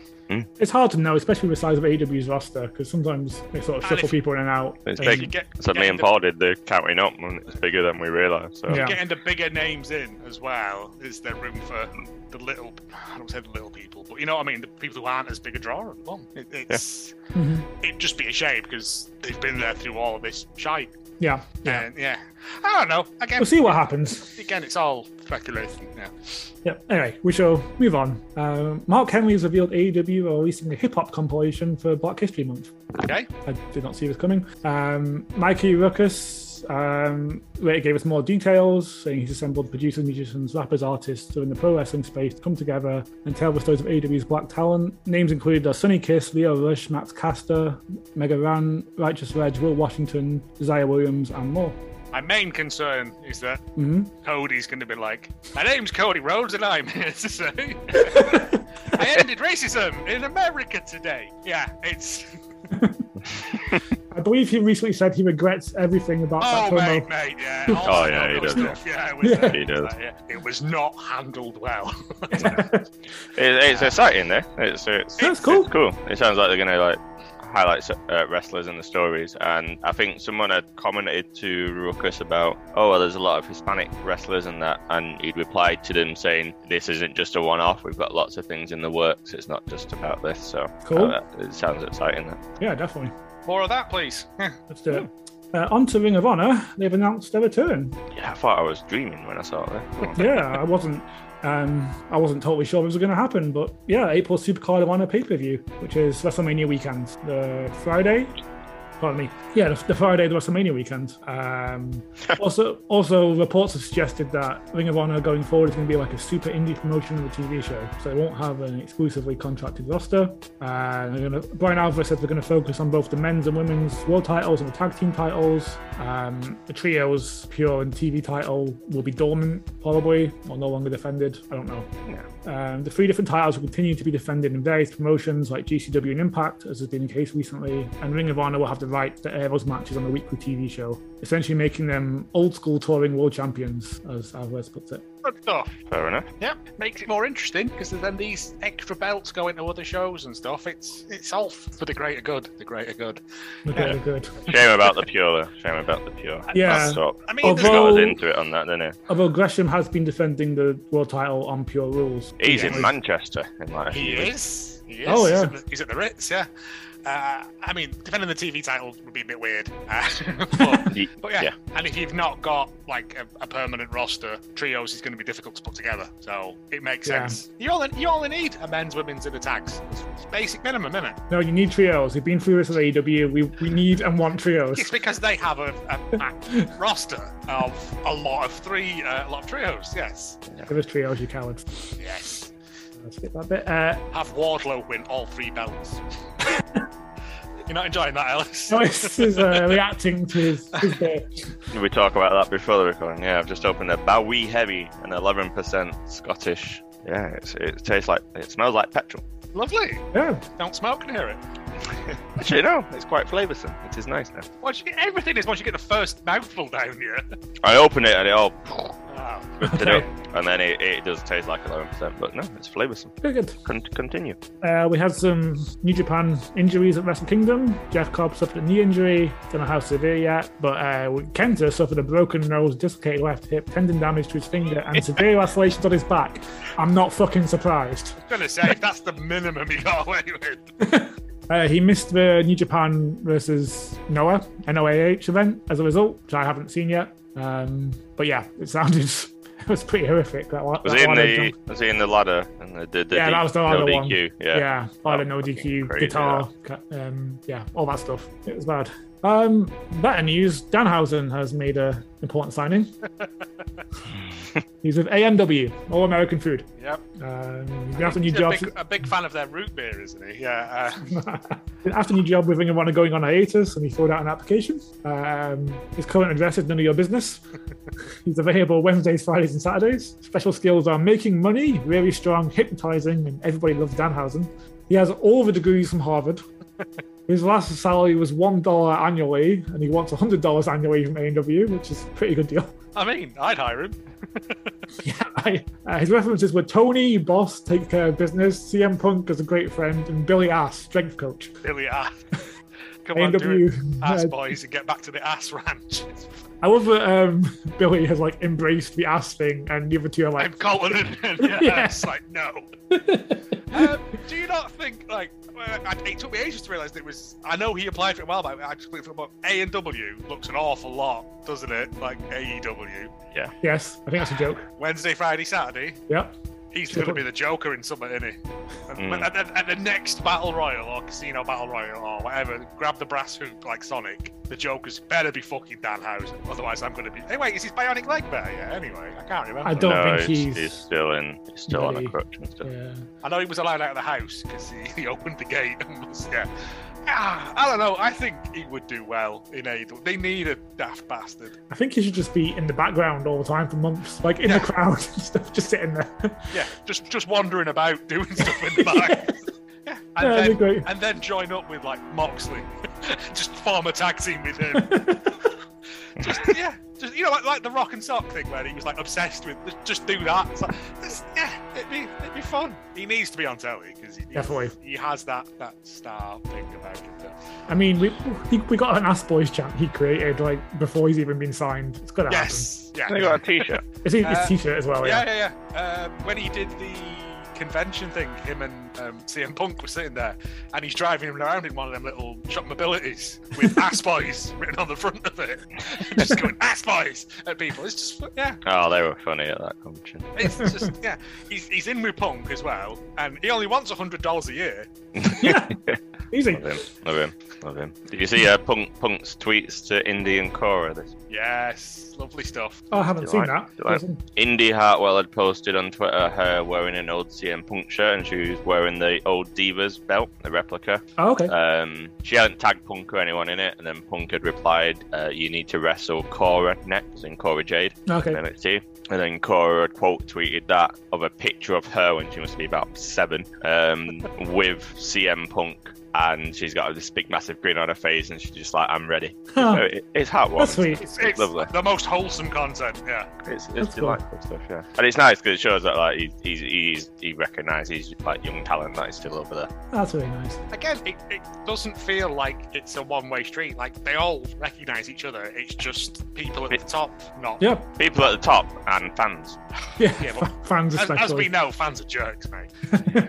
it's hard to know, especially with the size of AEW's roster, because sometimes they sort of
And
shuffle
if-
people in and out.
It's
and-
You
big.
get
So me
getting
and
the-
Paul did the counting up, and it's bigger than we realised. So
Yeah.
getting the bigger names in as well is there room for the little i don't say the little people but you know what i mean the people who aren't as big a draw and well it, it's
Mhm.
it'd just be a shame because they've been there through all of this shite
Yeah, yeah.
and yeah i don't know again
We'll see what happens.
again it's all speculation yeah
Yeah. Anyway, we shall move on. Um, Mark Henry has revealed AEW are releasing a hip hop compilation for Black History Month.
okay
I did not see this coming. Um, Mikey Ruckus um, later gave us more details, saying he's assembled producers, musicians, rappers, artists who are in the pro wrestling space to come together and tell the stories of AEW's black talent. Names included are Sonny Kiss, Leo Rush, Max Caster, Mega Ran, Righteous Reg, Will Washington, Zaya Williams, and more.
my main concern is that
Mm-hmm.
Mhm.
cody's going to be like my name's cody rhodes and i'm here to say i ended racism in america today yeah it's
I believe he recently said he regrets everything about that
Oh,
promo.
mate, mate, yeah.
Oh,
all
yeah,
that
he does,
stuff, Yeah, it was,
Yeah.
uh,
He does.
yeah. It was not handled well.
it, it's exciting, though. It's, it's
That's cool.
It's cool. It sounds like they're gonna like highlight uh, wrestlers and the stories. And I think someone had commented to Ruckus about, oh, well, there's a lot of Hispanic wrestlers and that, and he'd replied to them saying, this isn't just a one-off. We've got lots of things in the works. It's not just about this. So
Cool.
uh, it sounds exciting. Though.
Yeah, definitely.
More of that, please.
Let's do it. Uh, on to Ring of Honor, they've announced their return.
Yeah, I thought I was dreaming when I saw that.
yeah, I wasn't. Um, I wasn't totally sure it was going to happen, but yeah, April Supercard of Honor pay per view, which is WrestleMania weekend, the Friday. Pardon me. Yeah, the, the Friday of the WrestleMania weekend. Um, also, also reports have suggested that Ring of Honor going forward is going to be like a super indie promotion of a TV show, so they won't have an exclusively contracted roster. Uh, they're gonna, Brian Alvarez said they're going to focus on both the men's and women's world titles and the tag team titles. Um, the trios, pure and TV title will be dormant, probably, or no longer defended. I don't know. Um, the three different titles will continue to be defended in various promotions like GCW and Impact, as has been the case recently, and Ring of Honor will have the right to air those matches on a weekly TV show, essentially making them old school touring world champions, as Alvarez puts it.
Good stuff.
Fair enough.
Yeah, makes it more interesting because then these extra belts go into other shows and stuff. It's it's all for the greater good. The greater good.
Look at it, good.
Shame about the pure. though. Shame about the pure.
Yeah.
That's what
I mean,
Although-
there's
got
Oh.
us into it on that, didn't
Although Gresham has been defending the world title on pure rules.
he? He's
Yeah.
in Manchester in like a few
He
weeks.
is. He is.
Oh,
He's
yeah.
at the- He's at the Ritz. Yeah. Uh, I mean, defending the TV title would be a bit weird. Uh, but,
Ye-
but yeah.
Yeah.
and if you've not got like a, a permanent roster, trios is going to be difficult to put together. So it makes
Yeah.
sense. You only you only need a men's, women's, and a tags. It's, it's basic minimum, isn't it?
No, you need trios. You've been through this at AEW. We, we need and want trios.
It's because they have a, a, a roster of a lot of three, uh, a lot of trios. Yes,
Give us trios, you cowards.
yes.
Let's skip that bit. Uh,
Have Wardlow win all three belts. You're not enjoying that, Ellis?
so this is uh, reacting to his, his birth.
Did we talk about that before the recording? Yeah, I've just opened a Bowie Heavy, an 11% Scottish. Yeah, it's, it tastes like it smells like petrol.
Lovely.
Yeah.
Don't smoke near it.
Actually, no, it's quite flavoursome. It is nice now.
Once you get everything is once you get the first mouthful down Ah, you.
I open it and it all
Wow.
ripped it
Okay.
up, and then it, it does taste like 11%, but no, it's flavoursome.
Very good.
Con- continue.
Uh, we had some New Japan injuries at Wrestle Kingdom. Jeff Cobb suffered a knee injury. Don't know how severe yet, but uh, Kenta suffered a broken nose, dislocated left hip, tendon damage to his finger, and severe lacerations on his back. I'm not fucking surprised.
gonna say if that's the minimum he got away with.
Uh, he missed the New Japan versus Noah NOAH event as a result, which I haven't seen yet. Um, but yeah, it sounded it was pretty horrific. That, la-
Was
that
he in
ladder
the
jump.
was he in the ladder and the, the, the
yeah,
D-
that was the
no
other one.
DQ? Yeah.
yeah, ladder, no
fucking
DQ,
crazy,
guitar, ca- um, yeah, all that stuff. It was bad. Um, better news: Danhausen has made a important signing. He's with AMW, All American Food.
Yep.
Um, he's gonna have a new
He's
job.
a, big, a big fan of their root beer, isn't he? Yeah. Uh,
After new job with Ring of Honor going on hiatus, and he filled out an application. Um, his current address is none of your business. He's available Wednesdays, Fridays, and Saturdays. Special skills are making money, really strong, hypnotizing, and everybody loves Danhausen. He has all the degrees from Harvard. His last salary was one dollar annually, and he wants hundred dollars annually from AW, which is a pretty good deal.
I mean, I'd hire him.
I, uh, his references were Tony, boss, take care of business, CM Punk as a great friend, and Billy Ass, strength coach.
Billy Ass. ah. Come on, do
AW.
it, ass
uh,
boys, and get back to the ass ranch.
I love that um, Billy has like embraced the ass thing, and the other two are
I'm
like,
Colton, and, and yeah,
Yeah.
it's like no. um, do you not think like well, I, it took me ages to realise that it was? I know he applied for it a while back. but I just completely forgot. A and W looks an awful lot, doesn't it? Like AEW,
"Yes, I think that's a joke."
Wednesday, Friday, Saturday.
Yep.
He's going to be the Joker in something, isn't he? And,
Mm.
and, and- and the next battle royal or casino battle royal or whatever, grab the brass hoop like Sonic. The Joker's better be fucking Danhausen, otherwise I'm going to be. Hey, wait, is his bionic leg better? Yeah. Anyway, I can't remember.
I don't
no,
think
he's,
he's-
still in. He's still on
Really?
a crutch and stuff.
Yeah.
I know he was allowed out of the house because he, he opened the gate and was yeah. Ah, I don't know. I think he would do well in AEW. They need a daft bastard.
I think he should just be in the background all the time for months, like in the
Yeah.
crowd and stuff, just sitting there.
Yeah, just just wandering about doing stuff in the back. yeah, and
Yeah, that'd be
then
great.
and then join up with like Moxley, just form a tag team with him. just yeah, just you know like, like the rock and sock thing where he was like obsessed with. Just, just do that. It's like, it's- yeah, it'd be it'd be fun. He needs to be on telly because he,
Definitely.
he has that that star thing about him.
I mean, we he, we got an Ass Boys chant he created like before he's even been signed. It's gotta
Yes. Yeah.
And he got a T-shirt.
happen. It's his his
Uh,
T-shirt as well. Oh, Yeah.
yeah, yeah, yeah. Um, when he did the convention thing, him and um, CM Punk were sitting there, and he's driving him around in one of them little shop mobilities with ass boys written on the front of it, just going ass boys at people. It's just yeah,
Oh, they were funny at that convention.
it's just yeah. He's, he's in with Punk as well, and he only wants hundred dollars a year.
Yeah. Easy.
Love him, love him, love him. Did you see uh, Punk Punk's tweets to Indy and Cora? This
Yes, lovely stuff.
Oh, I haven't
You
seen
like- you like-
that.
Indy Hartwell had posted on Twitter her wearing an old CM Punk shirt and she was wearing the old Divas belt, the replica.
Oh, okay.
Um, she hadn't tagged Punk or anyone in it, and then Punk had replied, uh, "You need to wrestle Cora next," and Cora Jade.
okay.
in NXT. And then Cora quote tweeted that of a picture of her when she must be about seven um, with CM Punk. And she's got this big, massive grin on her face, and she's just like, "I'm ready."
Huh.
So it, it's heartwarming.
That's sweet.
It's, it's
Lovely.
the most wholesome content. Yeah.
It's,
That's
it's
cool.
delightful stuff, yeah. And it's nice because it shows that like he's, he's, he's he recognises like young talent that is still over there.
That's really nice.
again, it, it doesn't feel like it's a one way street. Like they all recognize each other. It's just people at the top, not.
Yeah.
People at the top and fans.
Yeah.
Yeah, but-
F- Fans
As, as we
especially.
know, fans are jerks, mate.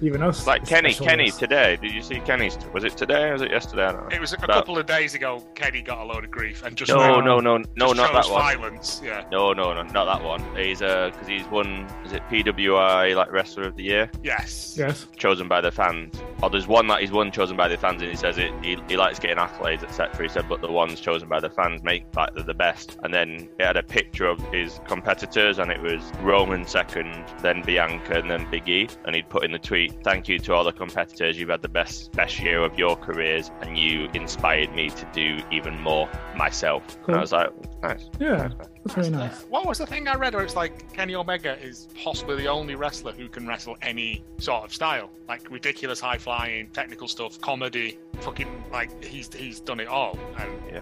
Even us.
It's like Kenny.
especially
Kenny
us.
today. Did you see Kenny's? Was it today or was it yesterday? I don't know.
It was a
That-
couple of days ago. Kenny got a load of grief and just
No,
went-
no, no, no,
just
not
chose
that one.
violence. Yeah,
No, no, no, not that one. He's uh, because he's won. Is it PWI like Wrestler of the Year,
yes.
Yes.
chosen by the fans or there's one that he's won chosen by the fans, and he says it, he, he likes getting accolades, etc. He said, but the ones chosen by the fans make like they're the best. And then it had a picture of his competitors, and it was Roman second, then Bianca, and then Big E. And he'd put in the tweet, "Thank you to all the competitors. You've had the best best year of your careers, and you inspired me to do even more myself." And I
Cool.
was like, "Nice."
Yeah,
nice, nice.
that's very nice.
What was the thing I read where it's like Kenny Omega is possibly the only wrestler who can wrestle any sort of style, like ridiculous high flying, technical stuff, comedy, fucking like he's he's done it all. And
Yeah.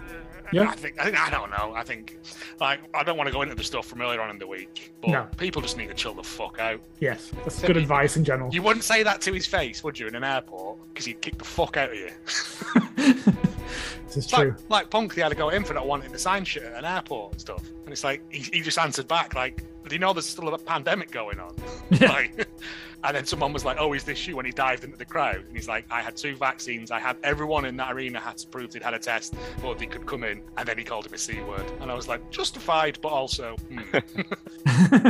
Yeah.
I think I think I don't know. I think like I don't want to go into the stuff from earlier on in the week, but
No.
people just need to chill the fuck out.
Yes, that's good advice in general.
You wouldn't say that to his face, would you, in an airport? Because he'd kick the fuck out of you.
this is
It's like,
true.
like Punk, they had to go in for not wanting to sign shit at an airport and stuff. And it's like, he, he just answered back, like, do you know there's still a pandemic going on? like, and then someone was like, oh, is this you? And he dived into the crowd. And he's like, I had two vaccines. I had everyone in that arena had to prove they'd had a test or they could come in. And then he called him a C word. And I was like, justified, but also, hmm.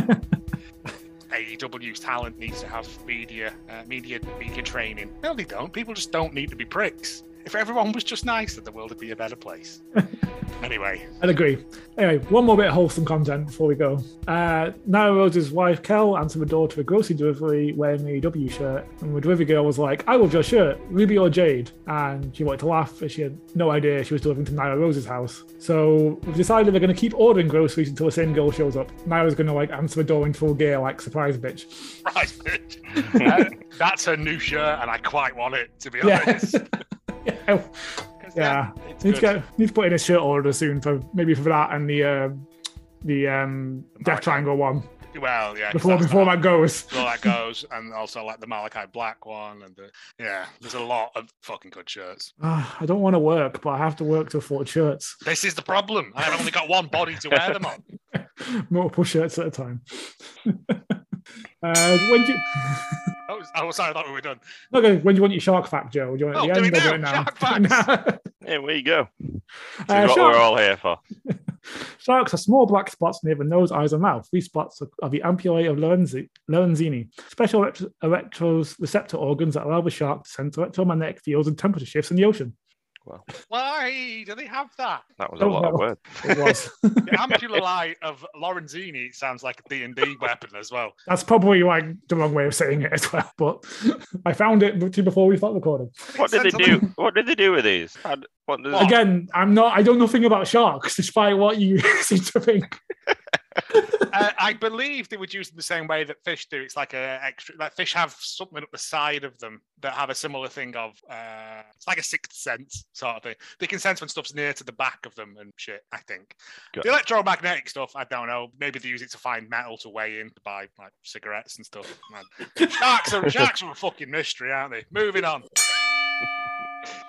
AEW's E talent needs to have media, uh, media, media training. No, they don't. People just don't need to be pricks. If everyone was just nice, then the world would be a better place. anyway,
I'd agree. Anyway, one more bit of wholesome content before we go. Uh, Nyla Rose's wife, Kel, answered the door to a grocery delivery wearing the AEW shirt. And the delivery girl was like, I love your shirt, Ruby or Jade. And she wanted to laugh, but she had no idea she was delivering to Nyla Rose's house. So we've decided they're going to keep ordering groceries until the same girl shows up. Nyla's going to like answer the door in full gear, like, surprise, bitch.
right, uh, that's a new shirt, and I quite want it to be honest.
yeah.
'Cause,
Yeah.
it's
Need to,
good.
get, need to put in a shirt order soon for maybe for that and the uh, the um, Death Triangle one
Well, yeah. 'cause
before
that's
before
not-
that goes.
well, that goes, and also like the Malachi Black one, and the, yeah, there's a lot of fucking good shirts.
Ah, I don't want to work, but I have to work to afford shirts,
This is the problem. I've only got one body to wear them on.
multiple shirts at a time. uh, when do you,
Oh, oh, sorry, I thought we were done.
okay, when do you want your Shark Fact, Joe? Do you want it
Oh,
at
do
the
we
end or do
now?
it
Shark
now?
Here we go. This
Uh,
is what
shark-
we're all here for.
Sharks are small black spots near the nose, eyes, and mouth. These spots are, are the ampullae of Lorenzi- Lorenzini, special electro- electroreceptor organs that allow the shark to sense electromagnetic fields and temperature shifts in the ocean.
Why do they have that?
That was a
Oh,
lot of
well.
words.
It was.
The ampullae of Lorenzini sounds like a D&D weapon as well.
That's probably like the wrong way of saying it as well, but I found it literally before we started recording.
What did they
Sense of-
do? What did they do with these? How d- What did
Well,
they-
Again, I'm not. I don't know nothing about sharks, despite what you seem to think.
Uh, I believe they would use them the same way that fish do. It's like a extra, like fish have something up the side of them that have a similar thing of, uh, it's like a sixth sense sort of thing. They can sense when stuff's near to the back of them and shit, I think.
Got
The electromagnetic stuff, I don't know. Maybe they use it to find metal to weigh in to buy like cigarettes and stuff. Man. Sharks are, sharks are a fucking mystery, aren't they? Moving on.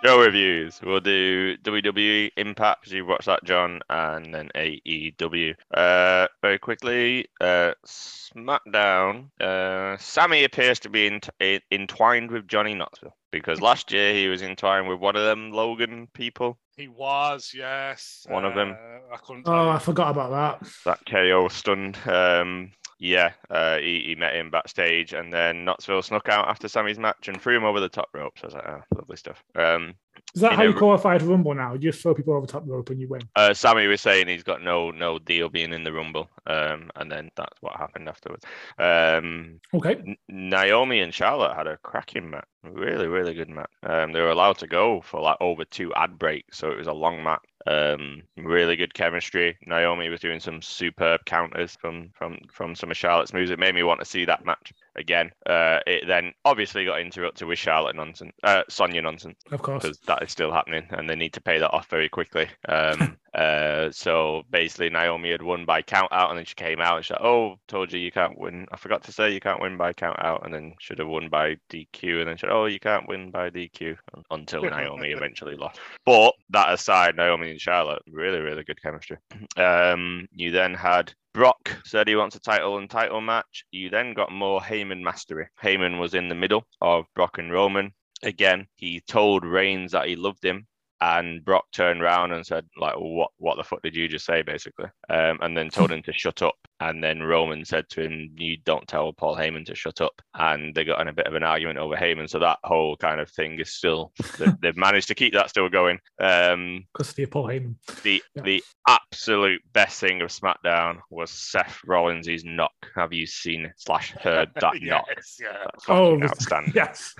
Show reviews. We'll do WWE Impact 'cause you watched that, John, and then AEW. Uh, very quickly, uh, SmackDown. Uh, Sammy appears to be in- in- entwined with Johnny Knoxville because last year he was entwined with one of them Logan people,
He was, yes.
One of them.
Uh, I couldn't.
Oh, I forgot about that.
that KO stunned. Um, yeah, uh, he, he met him backstage, and then Knoxville snuck out after Sammy's match and threw him over the top rope. So I was like, oh, lovely stuff. Um,
Is that
You
how
know-
you qualify to Rumble now? You just throw people over the top rope and you win.
Uh, Sammy was saying he's got no no deal being in the Rumble, um, and then that's what happened afterwards. Um,
Okay.
N- Naomi and Charlotte had a cracking match, really really good match. Um, they were allowed to go for like over two ad breaks, so it was a long match. Um, really good chemistry. Naomi was doing some superb counters from from from some of Charlotte's moves. It made me want to see that match again. Uh, it then obviously got interrupted with Charlotte nonsense, uh, Sonya nonsense
Of course.
because that is still happening and they need to pay that off very quickly. Um, uh, so basically, Naomi had won by count out and then she came out and she's like, Oh, told you you can't win. I forgot to say you can't win by count out and then should have won by DQ and then she Oh, you can't win by DQ un- until Naomi eventually lost. But that aside, Naomi and Charlotte, really, really good chemistry. Um, you then had Brock said he wants a title and title match. You then got more Heyman mastery. Heyman was in the middle of Brock and Roman. Again, he told Reigns that he loved him and Brock turned round and said, like, what what the fuck did you just say, basically? Um, and then told him to shut up. And then Roman said to him, you don't tell Paul Heyman to shut up. And they got in a bit of an argument over Heyman. So that whole kind of thing is still, they- they've managed to keep that still going. Um,
Custody of Paul Heyman.
the
Yeah.
the absolute best thing of SmackDown was Seth Rollins' knock. Have you seen slash heard that knock?
yes, yeah.
Oh,
Fucking outstanding.
yes.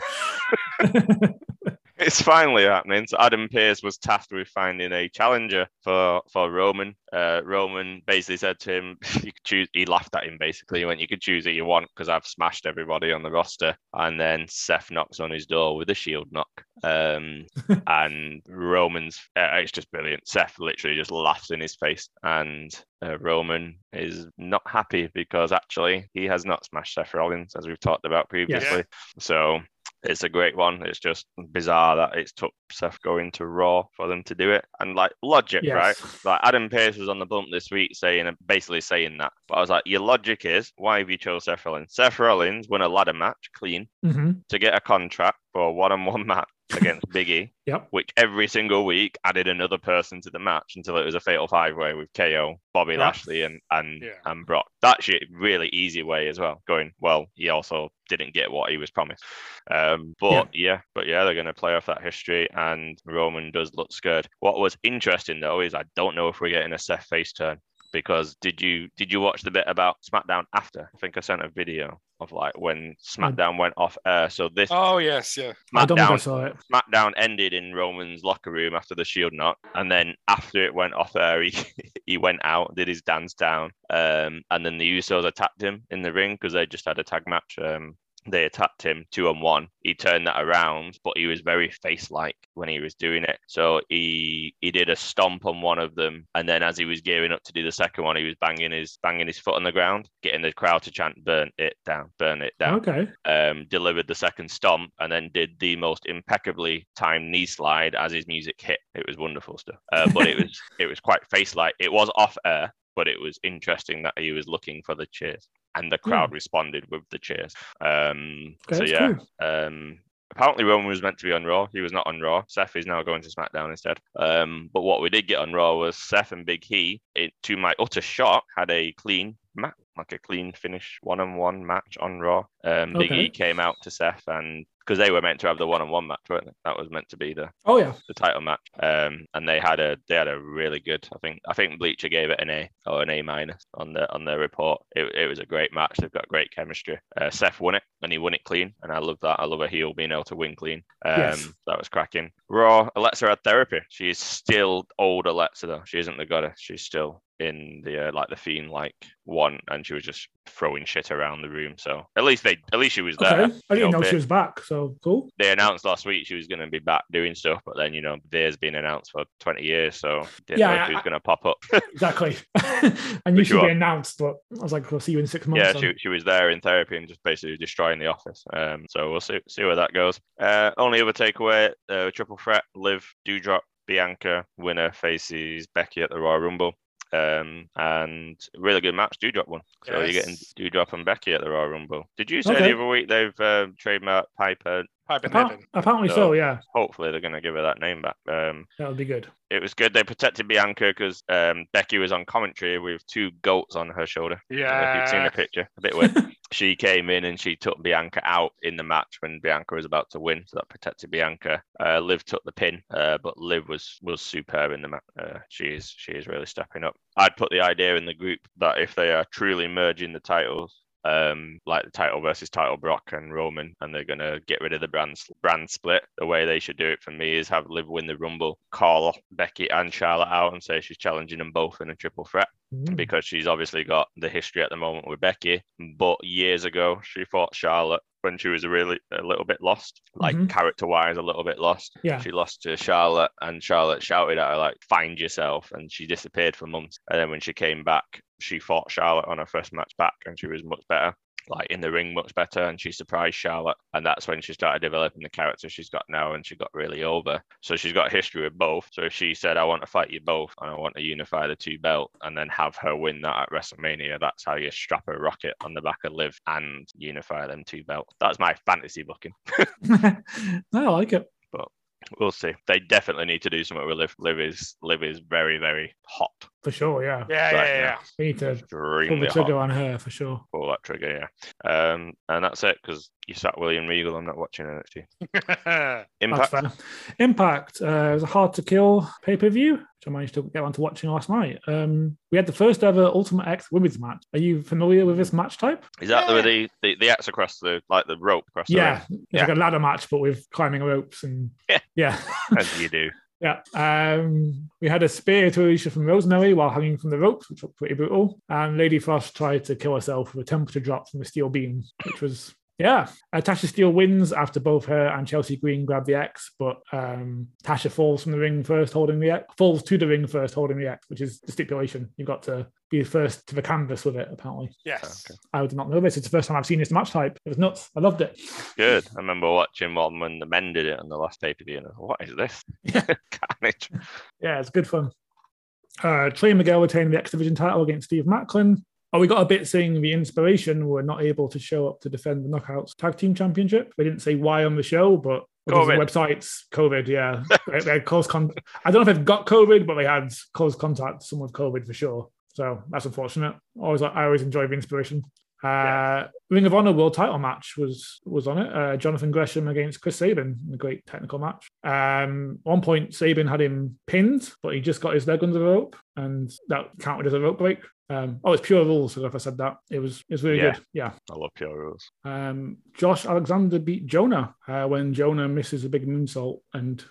It's finally happening. So Adam Pearce was tasked with finding a challenger for for Roman. Uh, Roman basically said to him, "You could choose." He laughed at him basically. He went, "You could choose who you want because I've smashed everybody on the roster." And then Seth knocks on his door with a shield knock. Um, and Roman's uh, it's just brilliant. Seth literally just laughs in his face, and uh, Roman is not happy because actually he has not smashed Seth Rollins as we've talked about previously. So it's a great one. It's just bizarre that it's took Seth going to Raw for them to do it. And like logic,
Yes.
right? Like Adam Pearce was on the bump this week saying basically saying that. But I was like, your logic is why have you chose Seth Rollins? Seth Rollins won a ladder match clean
hmm
to get a contract for a one-on-one match against Biggie,
Yep.
which every single week added another person to the match until it was a fatal five-way with KO, Bobby
Yeah.
Lashley, and and
Yeah.
and Brock. That shit really easy way as well. Going well, he also didn't get what he was promised. Um, but yeah. but yeah, they're going to play off that history, and Roman does look scared. What was interesting though is I don't know if we're getting a Seth face turn. Because did you did you watch the bit about SmackDown after? I think I sent a video of like when SmackDown went off air. So this
Oh yes, yeah.
I don't think I
SmackDown,
saw it.
SmackDown ended in Roman's locker room after the Shield knock, and then after it went off air, he, he went out, did his dance down, um, and then the Usos attacked him in the ring because they just had a tag match. Um, they attacked him two on one. He turned that around, but he was very face like when he was doing it. So he he did a stomp on one of them, and then as he was gearing up to do the second one, he was banging his banging his foot on the ground, getting the crowd to chant "Burn it down, burn it down."
Okay.
um, delivered the second stomp and then did the most impeccably timed knee slide as his music hit. It was wonderful stuff. Uh, but it was it was quite face like. It was off air, but it was interesting that he was looking for the cheers, and the crowd responded with the cheers. Um,
okay
so
Hmm. that's
yeah,
cool.
um, apparently Roman was meant to be on Raw. He was not on Raw. Seth is now going to SmackDown instead. Um, but what we did get on Raw was Seth and Big He, it, to my utter shock, had a clean match, like a clean finish one-on-one match on Raw. Um, Big
Okay.
E came out to Seth and because they were meant to have the one-on-one match, weren't they? That was meant to be the
Oh yeah.
the title match. Um, and they had a they had a really good. I think I think Bleacher gave it an A or an A minus on the on their report. It, it was a great match. They've got great chemistry. Uh, Seth won it and he won it clean, and I love that. I love a heel being able to win clean. Um,
Yes.
that was cracking. Raw Alexa had therapy. She is still old Alexa though. She isn't the goddess. She's still in the uh, like the fiend like one, and she was just throwing shit around the room. So at least they at least she was
Okay.
there.
I
you
didn't know
bit-
she was back. So cool.
they announced last week she was going to be back doing stuff, but then you know Beer's been announced for 20 years, so didn't know
Yeah,
if she was going to pop up.
Exactly. and you
But you
should be
are.
announced, but I was like, we'll see you in six months.
yeah,
then.
she, she was there in therapy and just basically destroying the office. Um, so we'll see see where that goes. Uh, only other takeaway: uh, triple threat, Liv, Dewdrop, Bianca, winner faces Becky at the Royal Rumble. Um, and really good match Dewdrop won. So you're getting
Yes.
Dewdrop and Becky at the Royal Rumble. Did you say
Okay.
the other week they've uh, trademarked Piper?
Pipe in
Appar-
heaven.
apparently so.
So-
Yeah,
Hopefully they're going to give her that name back. Um,
that would be good.
it was good. They protected Bianca because um, Becky was on commentary with two goats on her shoulder. I don't know if you've seen
Yeah.
the picture, a bit
Mm.
weird. she came in and she took Bianca out in the match when Bianca was about to win, so that protected Bianca. Uh, Liv took the pin, uh, but Liv was was superb in the match. Uh, she is she is really stepping up. I'd put the idea in the group that if they are truly merging the titles. Um, like the title versus title Brock and Roman, and they're gonna get rid of the brand brand split. The way they should do it for me is have Liv win the Rumble, call Becky and Charlotte out, and say she's challenging them both in a triple threat
Mm.
because she's obviously got the history at the moment with Becky. But years ago, she fought Charlotte when she was a really a little bit lost, like
Mhm.
character wise, a little bit lost.
Yeah.
She lost to Charlotte, and Charlotte shouted at her like "Find yourself," and she disappeared for months. And then when she came back, she fought Charlotte on her first match back, and she was much better. Like in the ring, much better, and she surprised Charlotte, and that's when she started developing the character she's got now, and she got really over. So she's got a history with both. So if she said, "I want to fight you both, and I want to unify the two belt, and then have her win that at WrestleMania," that's how you strap a rocket on the back of Liv and unify them two belts. That's my fantasy booking.
no, I like it.
We'll see. They definitely need to do something with Liv. Liv is Liv is very very hot.
for sure. Yeah,
Yeah,
Right,
yeah, yeah.
yeah.
we need to pull
Extremely
the
hot.
trigger on her for sure.
Pull that trigger, yeah. Um, and that's it because you sat William Regal. I'm not watching NXT.
That's
Impact.
fair. Impact uh, was a hard to kill pay per view, which I managed to get onto watching last night. Um, we had the first ever Ultimate X women's match. Are you familiar with this match type?
Is that
Yeah.
the, the the the axe across the like the rope across the
yeah, it's
Yeah.
like a ladder match, but with climbing ropes and
Yeah.
yeah.
ring? As you do.
Yeah. Um, we had a spear to Alicia from Rosemary while hanging from the ropes, which looked pretty brutal. And Lady Frost tried to kill herself with a temperature drop from a steel beam, which was. Yeah, uh, Tasha Steele wins after both her and Chelsea Green grab the X, but um, Tasha falls from the ring first, holding the X. Falls to the ring first, holding the X, which is the stipulation. You've got to be first to the canvas with it. Apparently,
yes.
I did not know this. It's the first time I've seen this match type. It was nuts. I loved it.
Good. I remember watching one when the men did it on the last pay per view. and I thought, What is this? Carnage.
Yeah, it's good fun. Uh, Trey Miguel retained the X Division title against Steve Macklin. Oh, we got a bit saying the inspiration were not able to show up to defend the Knockouts Tag Team Championship. They didn't say why on the show, but because of the websites, COVID, yeah. they, they had close con- I don't know if they've got COVID, but they had close contact, with someone with COVID for sure. So that's unfortunate. Always, I always enjoy the inspiration. Uh, Ring of Honor World Title match was was on it. Uh, Jonathan Gresham against Chris Sabin, a great technical match. Um, one point Sabin had him pinned, but he just got his leg under the rope, and that counted as a rope break. Um, oh, it's pure rules. So if I said that, it was it was really
Yeah.
good. Yeah.
I love pure rules.
Um, Josh Alexander beat Jonah uh, when Jonah misses a big moonsault and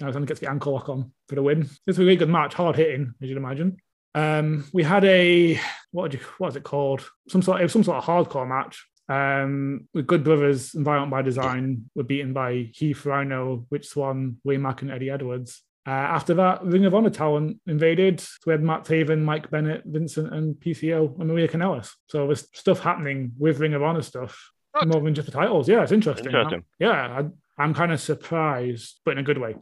Alexander gets the ankle lock on for the win. This was a really good match, hard hitting, as you'd imagine. Um, we had a what do you, what is it called? Some sort it was some sort of hardcore match. Um, with Good Brothers and Violent by Design were beaten by Heath Rhino, Rich Swan, Waymark, and Eddie Edwards. Uh, after that, Ring of Honor talent invaded. So we had Matt Taven, Mike Bennett, Vincent, and PCO, and Maria Kanellis. So there's stuff happening with Ring of Honor stuff
Good.
more than just the titles. Yeah, it's interesting.
Interesting.
Yeah, I, I'm kind of surprised, but in a good way.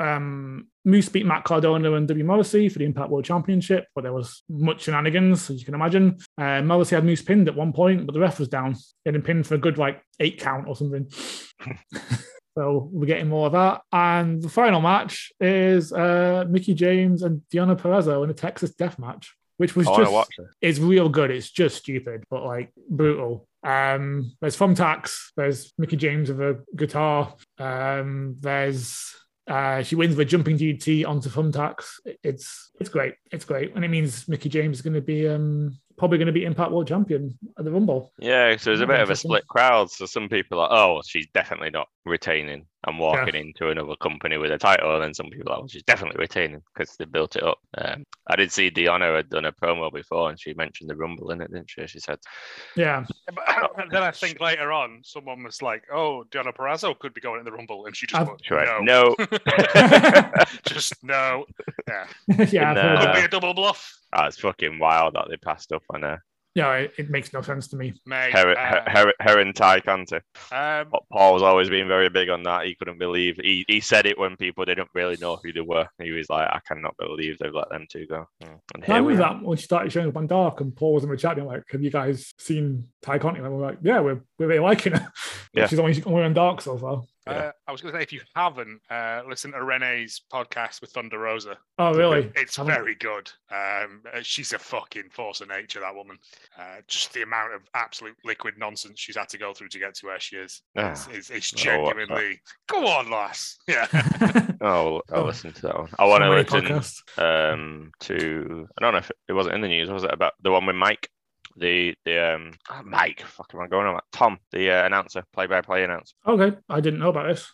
Um, Moose beat Matt Cardona and W. Morrissey for the Impact World Championship, but there was much shenanigans, as you can imagine. Uh, Morrissey had Moose pinned at one point, but the ref was down. He had him pinned for a good, like, eight count or something. so we're getting more of that. And the final match is uh, Mickey James and Diana Perezzo in a Texas death match, which was
Oh, I want to
just
watch it.
it's real good. It's just stupid, but like brutal. Um, there's thumbtacks. There's Mickey James with a guitar. Um, there's uh, she wins with a jumping DT onto thumbtacks. It's it's great. It's great, and it means Mickey James is going to be um, probably going to be Impact World Champion at the Rumble.
Yeah, so there's a
Yeah,
bit of a
interesting.
split crowd. So some people are, oh, she's definitely not retaining and walking into another company with a title. And then some people are, well, she's definitely retaining because they built it up. Um, I did see Deanna had done a promo before and she mentioned the Rumble in it, didn't she? She said,
Yeah,
Oh,
But then I think later on, someone was like, "Oh, Diana Perazzo could be going in the Rumble," and she just
I've-
went,
she went,
no,
no.
just no. Yeah,
yeah, I've heard
Uh,
could
that.
be a double bluff,
That's Ah, fucking wild that they passed up on her.
yeah. It, it makes no sense to me.
mate.
Her, her,
uh,
her, her and Ty Cantor.
um,
But Paul's always been very big on that. He couldn't believe he, he said it when people didn't really know who they were. He was like, I cannot believe they've let them two go. And
I
here we
remember
are.
that when she started showing up on Dark and Paul was in the chat being like, Have you guys seen Ty Conti? And we're like, Yeah, we're, we're really liking her.
Yeah.
She's only only on Dark so far.
Yeah.
uh, I was going to say, if you haven't uh, listen to Renee's podcast with Thunder Rosa,
Oh, really?
It's
Haven't-
very good. Um, uh, she's a fucking force of nature, that woman. Uh, just the amount of absolute liquid nonsense she's had to go through to get to where she is.
Ah.
It's, it's, it's
I'll watch that.
genuinely. Go on, lass. Yeah.
Oh, I'll, I'll
Oh.
listen to that one. I want to
Summary
listen
podcast.
um, to. I don't know if it, it wasn't in the news. Was it about the one with Mike? The the um ah, Mike. Fuck am I going on? About? Tom, the uh, announcer, play-by-play announcer.
Okay. I didn't know about this.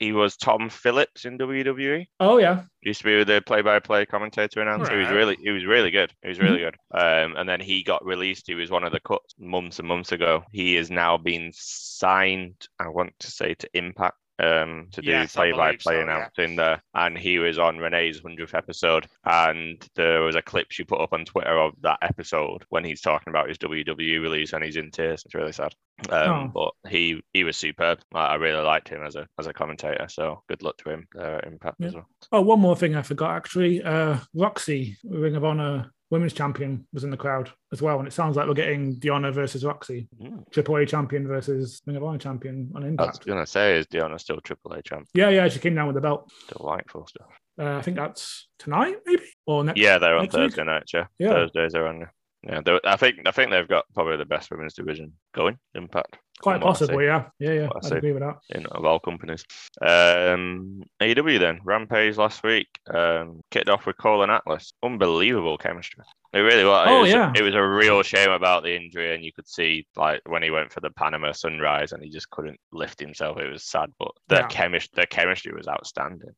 He was Tom Phillips in E. WWE.
Oh, yeah.
He used to be the play-by-play commentator announcer. He was
Right. Mm-hmm.
really, he was really good. He was really good. Um, and then he got released. He was one of the cuts months and months ago. He is now being signed. I want to say to Impact. Um, to do
Yes, I believe so,
play-by-play
yeah.
announcing there, and he was on Renee's hundredth episode, and there was a clip she put up on Twitter of that episode when he's talking about his WWE release, and he's in tears. It's really sad.
Oh.
Um, But he he was superb. I, I really liked him as a as a commentator. So good luck to him there at Impact
Yeah.
as well.
Oh, one more thing I forgot actually. Uh, Roxy, Ring of Honor women's champion was in the crowd as well. And it sounds like we're getting Diona versus Roxy,
Mm.
Triple A champion versus Ring of Honor champion on
I was
Impact.
gonna say, is Diona still Triple A champ?
Yeah, yeah, she came down with the belt.
Delightful stuff.
Uh, I think that's tonight, maybe or next.
Yeah, they're on
next week?
Thursday night. Yeah,
Yeah.
Thursdays are on. Yeah, they- I think I think they've got probably the best women's division going. Impact
Quite
from what I see.
possibly, yeah, yeah, yeah.
What I see.
I would agree with that.
in of all companies. Um, AEW then Rampage last week um, kicked off with Cole and Atlas. Unbelievable chemistry. It really was.
Oh,
it was
yeah.
It was a real shame about the injury, and you could see like when he went for the Panama Sunrise, and he just couldn't lift himself. It was sad, but their
Yeah.
chemistry, their chemistry was outstanding.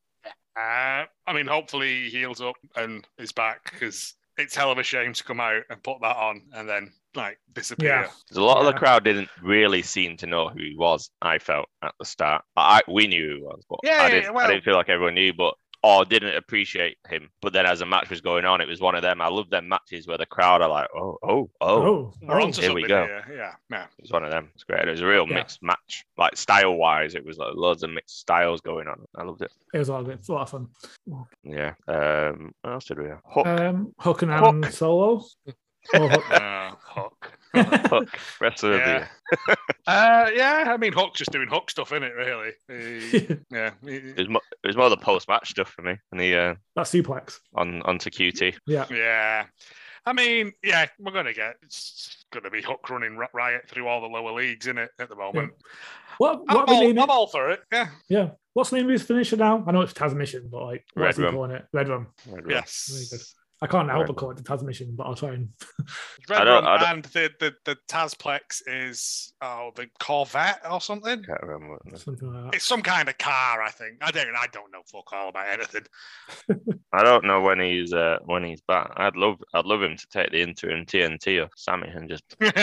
Uh, I mean, hopefully he heals up and is back because it's hell of a shame to come out and put that on and then like disappear.
Yeah.
'Cause a lot of the
Yeah.
crowd didn't really seem to know who he was. I felt at the start. I I- we knew who he was, but
Yeah,
I
yeah,
didn't.
yeah,
I
well-
didn't feel like everyone knew, but or didn't appreciate him. But then as the match was going on, it was one of them. I love them matches where the crowd are like, oh, oh, oh.
Oh,
We're onto
Here we
something
go.
here. Yeah, yeah.
It was one of them. It's great. It was a real
Yeah.
mixed match, like style wise. It was like loads of mixed styles going on. I loved it.
it was all good. It's a lot of fun.
Yeah. Um. What else did we have? Hook,
Um, Hook and
Hook.
Ann Solo. Or Hook.
Uh, Hook.
hook. Wrestler of the
Yeah.
year.
Uh, yeah, I mean, Hook's just doing Hook stuff, isn't it, really? He- yeah. he-
It was, mo- it was more the post match stuff for me, and the uh,
that suplex.
on onto QT.
Yeah.
Yeah. I mean, yeah, we're going to get, it's going to be Hook running ri- riot through all the lower leagues, isn't it, at the moment?
What? What?
I'm,
are we
all,
naming?
I'm all for it. Yeah.
Yeah. What's the name of his finisher now? I know it's Tasmission, but like,
Red
what's he
Rum.
calling it? Red Rum. Really good.
Yes.
I can't help
Red
but call it the Tasmission, but I'll try and.
Red
I don't-
Rum
I
and the, the, the Tasplex is oh the Corvette or something.
Can't remember. What it was.
Something like that.
It's some kind of car, I think. I don't I don't know fuck all about anything.
I don't know when he's uh, when he's back. I'd love I'd love him to take the interim TNT off Sammy and just beat,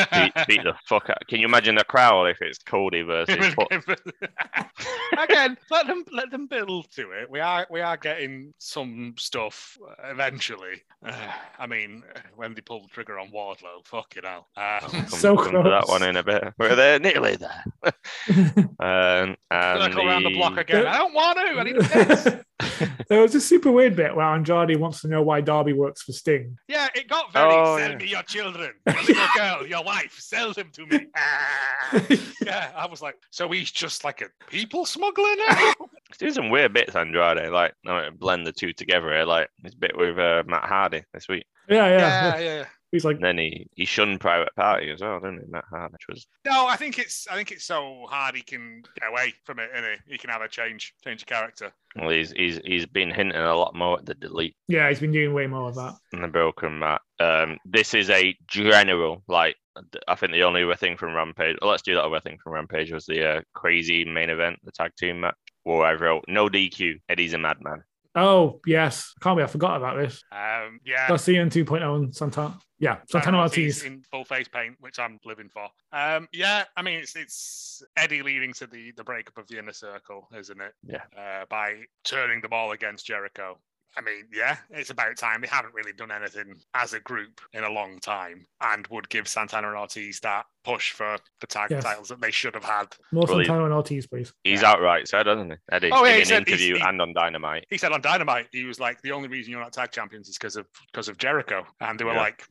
beat the fuck out. Can you imagine the crowd if it's Cody versus Hook?
Again, let them let them build to it. We are we are getting some stuff eventually. Uh, I mean, when they pull the trigger on Wardlow, fucking hell. Um,
So
come, come to that
close.
one in a bit. We're there, nearly there. Um,
gonna
and
go around the
the-
block again. I don't want to. I need a piss.
there was a super weird bit where Andrade wants to know why Darby works for Sting.
Yeah, it got very
Oh,
sell
yeah.
me your children, your little girl, your wife, sell them to me. Ah. yeah, I was like, so he's just like a people smuggler now?
He's doing some weird bits, Andrade. Like, no, blend the two together. Here, like this bit with uh, Matt Hardy this week.
Yeah, yeah.
yeah, yeah.
He's like,
And then he he shunned Private Party as well, didn't he? Matt Hardy, which was
No, I think it's I think it's so hard he can get away from it, and he can have a change, change of character.
well, he's he's he's been hinting a lot more at the delete.
yeah, he's been doing way more of that.
and the broken mat. Um, this is a general like. I think the only other thing from Rampage. Well, let's do that other thing from Rampage was the uh, crazy main event, the tag team match. Where I wrote no DQ. Eddie's a madman.
Oh yes, can't be. I forgot about this.
Um, yeah.
Garcia and 2.0 and oh Santana. Yeah, Santana
Ortiz
Ortiz.
in full face paint, which I'm living for. Um, yeah, I mean it's it's Eddie leading to the the breakup of the inner circle, isn't it?
Yeah.
Uh, by turning them all against Jericho. I mean, yeah, it's about time. They haven't really done anything as a group in a long time, and would give Santana and Ortiz that push for the tag
Yes.
titles that they should have had.
More
Well, he-
Santana and Ortiz, please.
He's outright said, hasn't he? Eddie
Oh, yeah,
in
he
an
said he's-
interview
he-
and on Dynamite.
He said on Dynamite, he was like, "The only reason you're not tag champions is because of because of Jericho," and they were
Yeah.
like,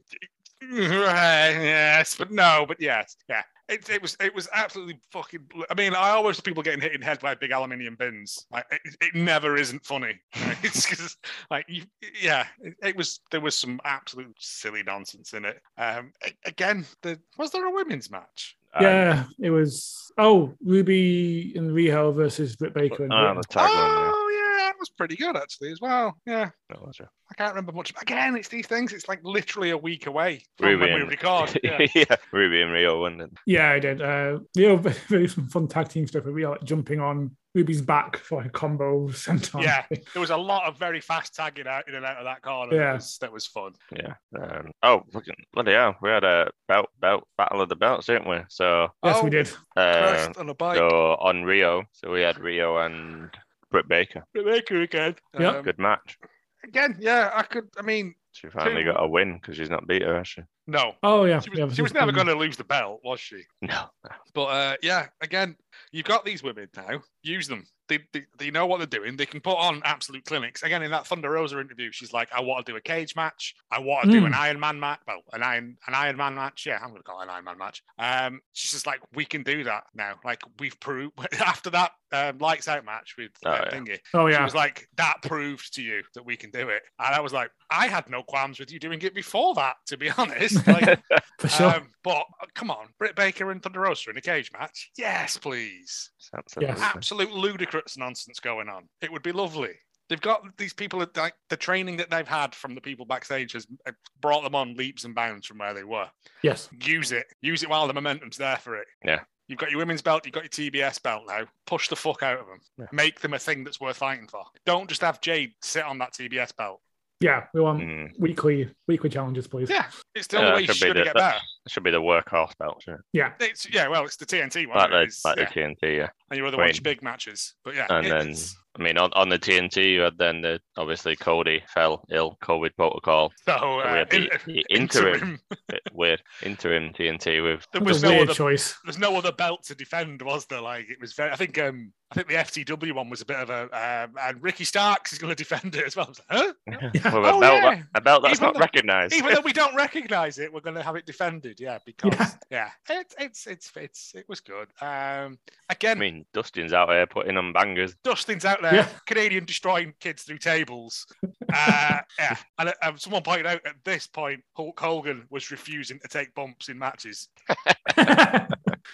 "Yes, but no, but yes, yeah." It, it was it was absolutely fucking. bl- I mean, I always see people getting hit in the head by big aluminium bins. Like, it, it never isn't funny. it's 'cause, like, you, yeah, it, it was. There was some absolute silly nonsense in it. Um, a- again, the, was there a women's match?
And-
yeah, it was. Oh, Ruby and Riho versus Britt Baker. And
Oh, the tag one.
oh yeah, that was pretty good actually as well. Yeah.
Yeah. That was it.
I can't remember much. Again, it's these things. It's like literally a week away from when we
Ruby and-
record. Oh, Yeah.
yeah. Ruby and Rio, wasn't it?
yeah, I did. Uh, Rio very some fun tag team stuff. where We are like jumping on Ruby's back for a combo senton.
Yeah. there was a lot of very fast tagging out in and out of that corner.
Yeah.
That, was, that was fun.
Yeah. Um, oh, fucking bloody hell! We had a belt, belt battle of the belts, didn't we? So,
Yes,
Oh,
we did.
uh,
Christ, on a bike.
so on Rio, so we had Rio and Britt Baker.
Rebecca again.
Yeah.
Um,
Good match.
Again, yeah, I could. I mean,
She finally got a win because she's not beat her, has she?
No.
Oh yeah,
She was,
yeah,
she was never
suspended.
going to lose the belt, was she?
No.
But uh, yeah, again, you've got these women now. Use them. They, they, they know what they're doing. They can put on absolute clinics. Again, in that Thunder Rosa interview, she's like, "I want to do a cage match. I want to do an Iron Man match. Well, an Iron an Iron Man match. Yeah, I'm going to call it an Iron Man match." Um, she's just like, "We can do that now. Like we've proved after that um, lights out match with
Oh,
uh,
yeah.
Thingy.
Oh
She
yeah,
was like, that proved to you that we can do it. And I was like, I had no qualms with you doing it before that, to be honest. Like,
for sure.
um, but uh, come on, Britt Baker and Thunder Rosa in a cage match? Yes, please.
It's absolutely.
Yes.
Absolute ludicrous nonsense going on. It would be lovely. They've got these people that, like the training that they've had from the people backstage has uh, brought them on leaps and bounds from where they were.
yes,
Use it. Use it while the momentum's there for it.
Yeah.
You've got your women's belt, you've got your TBS belt now. Push the fuck out of them.
Yeah.
Make them a thing that's worth fighting for. Don't just have Jade sit on that TBS belt.
yeah, we want
Mm.
weekly weekly challenges, please.
Yeah. It's the only
Yeah,
way
that
she's
should be
going to
the-
get better.
that- It should be the workhorse belt, shouldn't
It's, yeah, well, it's the TNT
it?
one.
Like,
isn't it?
the,
It's-
like
yeah.
the TNT, yeah.
and your other one's
Wayne.
big matches. But yeah,
And
it-
then-
it's-
I mean, on, on the TNT, you had then the obviously Cody fell ill, COVID protocol.
so
We
uh,
had the,
in-
the interim,
interim.
bit weird interim TNT with
There
That's
was
a
no
weird
other.
choice.
There's no other belt to defend, was there? Like it was very. I think. Um. I think the FTW one was a bit of a. Um, and Ricky Starks is going to defend it as well. I was like, huh?
with
Oh,
a belt,
yeah.
a belt that's
Even
not
though-
recognised.
Even though we don't recognise it, we're going to have it defended. Yeah, because yeah, it, it's it's it's it was good. Um.
I
Again,
mean, Dustin's out here putting on bangers.
Dustin's out there,
Yeah.
Canadian destroying kids through tables. Uh, yeah. And uh, um, someone pointed out at this point, Hulk Hogan was refusing to take bumps in matches.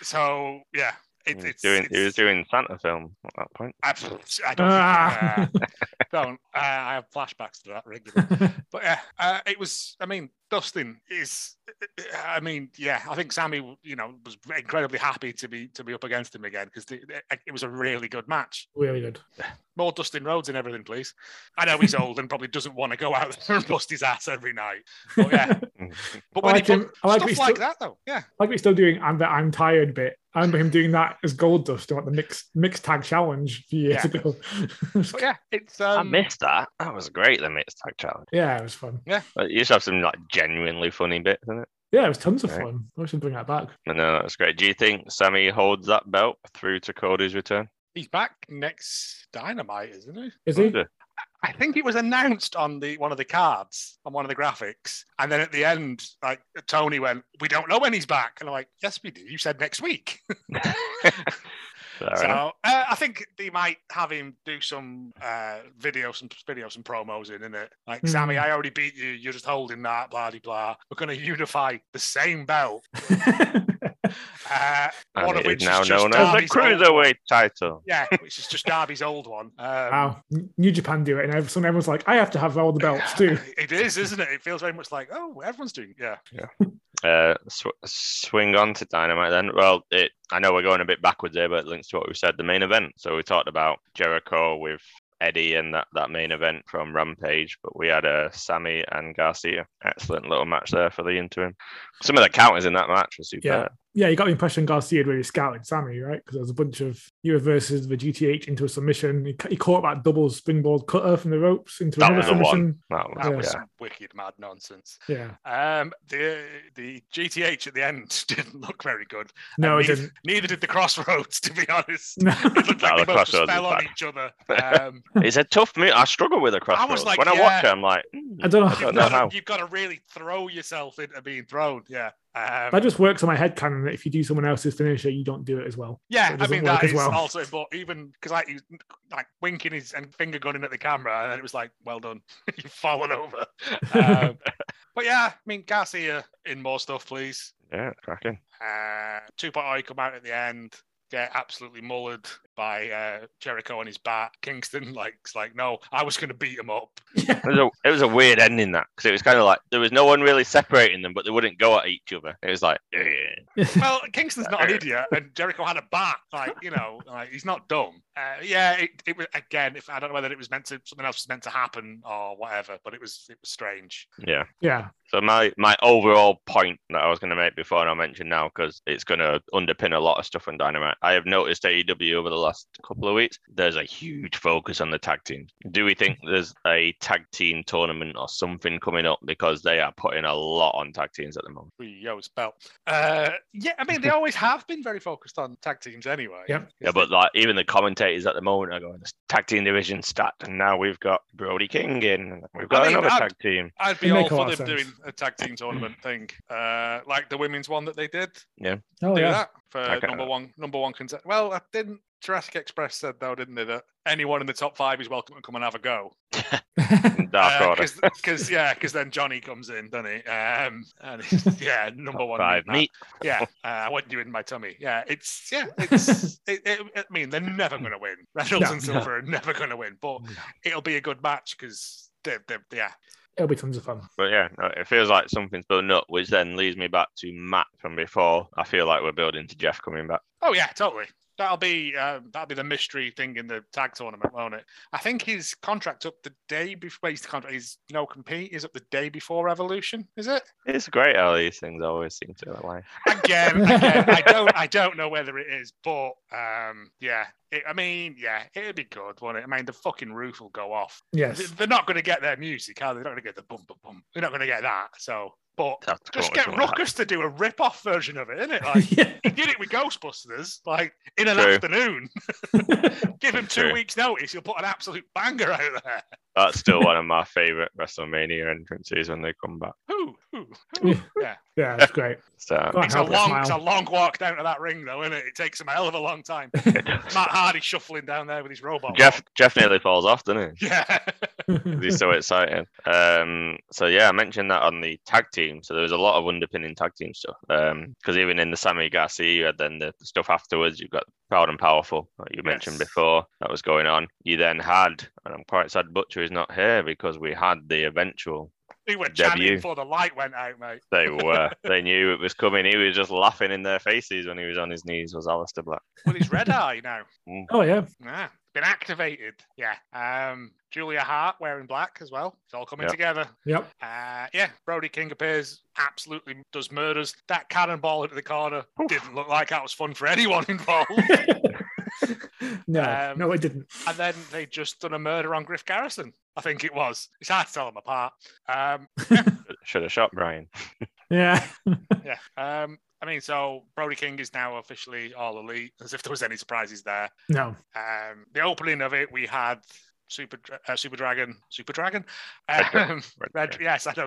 So, yeah. It,
He was
it's,
Mm, doing,
it's,
he was doing Santa film at that point.
I, I don't,
Ah.
think, uh, don't uh, I have flashbacks to that regularly. But yeah, uh, it was. I mean, Dustin is. I mean, yeah, I think Sammy, you know, was incredibly happy to be to be up against him again because it was a really good match.
really good.
More Dustin Rhodes and everything, please. I know he's old and probably doesn't want to go out there and bust his ass every night. But yeah, but
I
when
like
he
him.
put
I like that
stuff
he's
like
still-
that though, yeah,
Like we're still doing, I'm the I'm tired bit. I remember him doing that as Gold Dust at the mixed mixed tag challenge a few years
Yeah.
ago.
but yeah, it's
I
um,
missed that. That was great, the mixed tag challenge.
yeah, it was fun.
Like, You just have some like genuinely funny bits in it.
Yeah, it was tons of
Right.
fun. I should bring that back.
And no, that's great. Do you think Sammy holds that belt through to Cody's return?
he's back next Dynamite, isn't he?
Is he?
Wonder.
I think it was announced on the one of the cards on one of the graphics, and then at the end, like Tony went, "We don't know when he's back," and I'm like, "Yes, we do. You said next week."
Fair
So
enough.
uh, I think they might have him do some uh, video, some video, some promos in it. Like
Hmm.
Sammy, I already beat you. You're just holding that, blah de blah. We're going to unify the same belt. Uh,
And
one of
it is
which is
now
just
known as the
Darby's old one.
Cruiserweight title.
Yeah, which is just Darby's old one. Um,
wow, New Japan do it, and every- so everyone's like, I have to have all the belts too.
It is, isn't it? It feels very much like oh, everyone's doing yeah.
Uh, sw- swing on to Dynamite then. Well, it, I know we're going a bit backwards here, but it links to what we said, the main event. So we talked about Jericho with Eddie and that, that main event from Rampage, but we had uh, Sammy and Garcia. Excellent little match there for the interim. Some of the counters in that match were superb.
yeah, you got the impression Garcia had really scouted Sammy, right? Because there was a bunch of you versus the GTH into a submission. He, ca- he caught that double springboard cutter from the ropes into
That
another
was the one.
submission.
That was,
That was
yeah.
some wicked mad nonsense.
Yeah,
Um, the the GTH at the end didn't look very good.
no, it
neither,
didn't.
Neither did the crossroads, to be honest.
No.
It looked like
No,
they
the
both just
Crossroads
fell
is
on
bad.
each other. Um,
It's a tough move. I struggle with a crossroads.
like,
when I
yeah.
watch it, I'm like, "Hmm,
I don't know.
I don't
you've,
know
got
how.
to, you've got to really throw yourself into being thrown. Yeah.
That
Um,
just works on my head canon that if you do someone else's finisher, you don't do it as well. it
yeah, I
doesn't
mean
work
that
as
is
well.
also important. Even because like he was like winking his and finger gunning at the camera, and then it was like, "Well done, you've fallen over." Um, but yeah, I mean Garcia in more stuff, please.
Yeah, cracking.
Uh, two point come out at the end, get absolutely mullered by uh, Jericho on his back. Kingston like, is like, no, I was going to beat him up.
It was a, it was a weird ending that because it was kind of like there was no one really separating them, but they wouldn't go at each other. It was like, "Eh."
Well, Kingston's not an idiot, and Jericho had a bat. Like, you know, like he's not dumb. Uh, yeah, it, it was again. If I don't know whether it was meant to something else was meant to happen or whatever, but it was it was strange.
yeah.
Yeah,
So my my overall point that I was going to make before and I'll mention now because it's going to underpin a lot of stuff on Dynamite I have noticed AEW over the last couple of weeks, there's a huge focus on the tag team. Do we think there's a tag team tournament or something coming up because they are putting a lot on tag teams at the moment?
Rio's E belt. Uh, yeah, I mean, they always have been very focused on tag teams anyway.
Yep.
Yeah, but like even the commentators at the moment are going, this tag team division stat, and now we've got Brody King in, and we've got
I mean,
another
I'd-
tag team.
I'd be
They
all
make a
for
lot
them
of sense.
doing a tag team tournament thing, uh, like the women's one that they did.
Oh
do
yeah.
that for
Okay.
number one number one consent. Well, I didn't Jurassic Express said though, didn't they, that anyone in the top five is welcome to come and have a go.
Dark
Uh,
Order.
Because yeah, because then Johnny comes in, doesn't he? Um, and he's, yeah, number one.
Five
meat
meat.
man. Yeah, uh, I want you in my tummy. Yeah, it's yeah, it's. it, it, I mean, they're never going to win. Reynolds
No,
and
no.
Silver are never going to win, but it'll be a good match because they, they, yeah,
It'll be tons of fun.
But yeah, no, it feels like something's building up, which then leads me back to Matt from before. I feel like we're building to Jeff coming back.
Oh yeah, totally. That'll be um, that'll be the mystery thing in the tag tournament, won't it? I think his contract up the day before his contract his no compete is up the day before Evolution, is it?
It's great how these things always seem to align.
Again, again I don't I don't know whether it is, but um, yeah, it, I mean, yeah, it'd be good, wouldn't it? I mean, the fucking roof will go off.
Yes.
They're not going to get their music, are they? They're not going to get the bum bum bum. They're not going to get that. So, but
Have to come up
just
with
get
something like that.
Ruckus to do a rip off version of it, isn't it? Like, he did it with Ghostbusters, like in an
True.
afternoon. Give him two
True.
weeks' notice, he'll put an absolute banger out there.
That's still one of my favorite WrestleMania entrances when they come back.
Who? Who? who? yeah.
yeah, it's great.
So
Go on,
It's a
help us
long,
smile.
it's a long walk down to that ring, though, isn't it? It takes him a hell of a long time. Matt Hardy shuffling down there with his robot.
Jeff Jeff nearly falls off, doesn't he?
Yeah.
'Cause He's so excited. Um, so yeah, I mentioned that on the tag team. So there was a lot of underpinning tag team stuff. Because even in the Sammy Garcia, you had then the stuff afterwards. You've got Proud and Powerful, like you mentioned
Yes.
before, that was going on. You then had, and I'm quite sad Butcher is not here because we had the eventual.
We were chatting
Debut.
before the light went out, mate.
They were, they knew it was coming. He was just laughing in their faces when he was on his knees. Was Alistair Black?
With his red eye now.
Oh yeah.
Yeah. Been activated. Yeah. Um, Julia Hart wearing black as well. It's all coming
Yep.
together.
Yep.
Uh, yeah, Brody King appears, absolutely does murders. That cannonball into the corner didn't look like that was fun for anyone involved.
no,
Um,
no, it didn't.
and then they just done a murder on Griff Garrison, I think it was. It's hard to tell them apart. Um,
Should have shot Brian.
Yeah.
yeah. Um, I mean, so Brody King is now officially all elite, as if there was any surprises there.
No.
Um, the opening of it, we had Super Dra- uh, Super Dragon, Super Dragon,
Red Dra-
um, Red, yes, I know.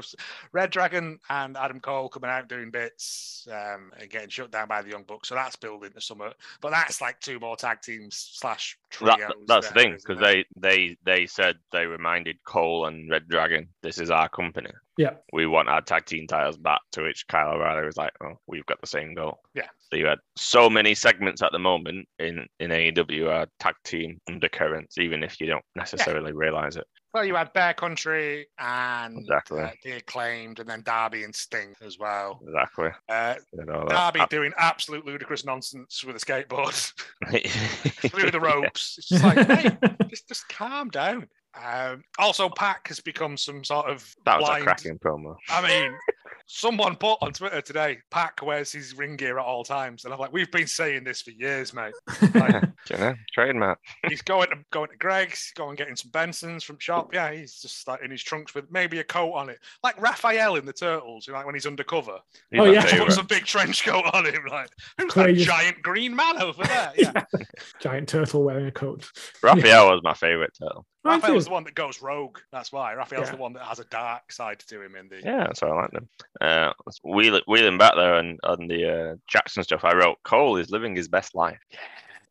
Red Dragon and Adam Cole coming out doing bits um, and getting shut down by the Young Bucks. So that's building to summer. But that's like two more tag teams slash trios.
That, that's the
there,
thing
isn't
because
it?
they they they said they reminded Cole and Red Dragon, this is our company.
Yeah.
we want our tag team titles back. To which Kyle O'Reilly was like, "Oh, we've got the same goal."
Yeah.
So you had so many segments at the moment in in AEW are tag team undercurrents, even if you don't necessarily realize it.
Well, you had Bear Country and
Exactly.
uh, the acclaimed, and then Darby and Sting as well.
Exactly.
Uh,
You know, that-
Darby doing absolute ludicrous nonsense with a skateboard through the
Yeah.
ropes. It's just like, hey, just, just calm down. Um, also, Pac has become some sort of
That was a
blind
cracking promo.
I mean, someone put on Twitter today, Pac wears his ring gear at all times. And I'm like, we've been saying this for years, mate. Like,
Do you know, trademark.
he's going to going to Greg's, going getting some Benson's from shop. Yeah, he's just like in his trunks with maybe a coat on it. Like Raphael in the Turtles, you know, like when he's undercover.
He's
Oh,
my
yeah.
Just
favourite.
puts a big trench coat on him, like who's
Crazy.
that giant green man over there? Yeah.
Giant turtle wearing a coat.
Raphael was my favorite title.
Mine
Raphael's
too.
the one that goes rogue. That's why. Raphael's
Yeah.
the one that has a dark side to him in the
Yeah, that's why I like them. Uh, wheeling, wheeling back there and on the uh, Jackson stuff, I wrote Cole is living his best life.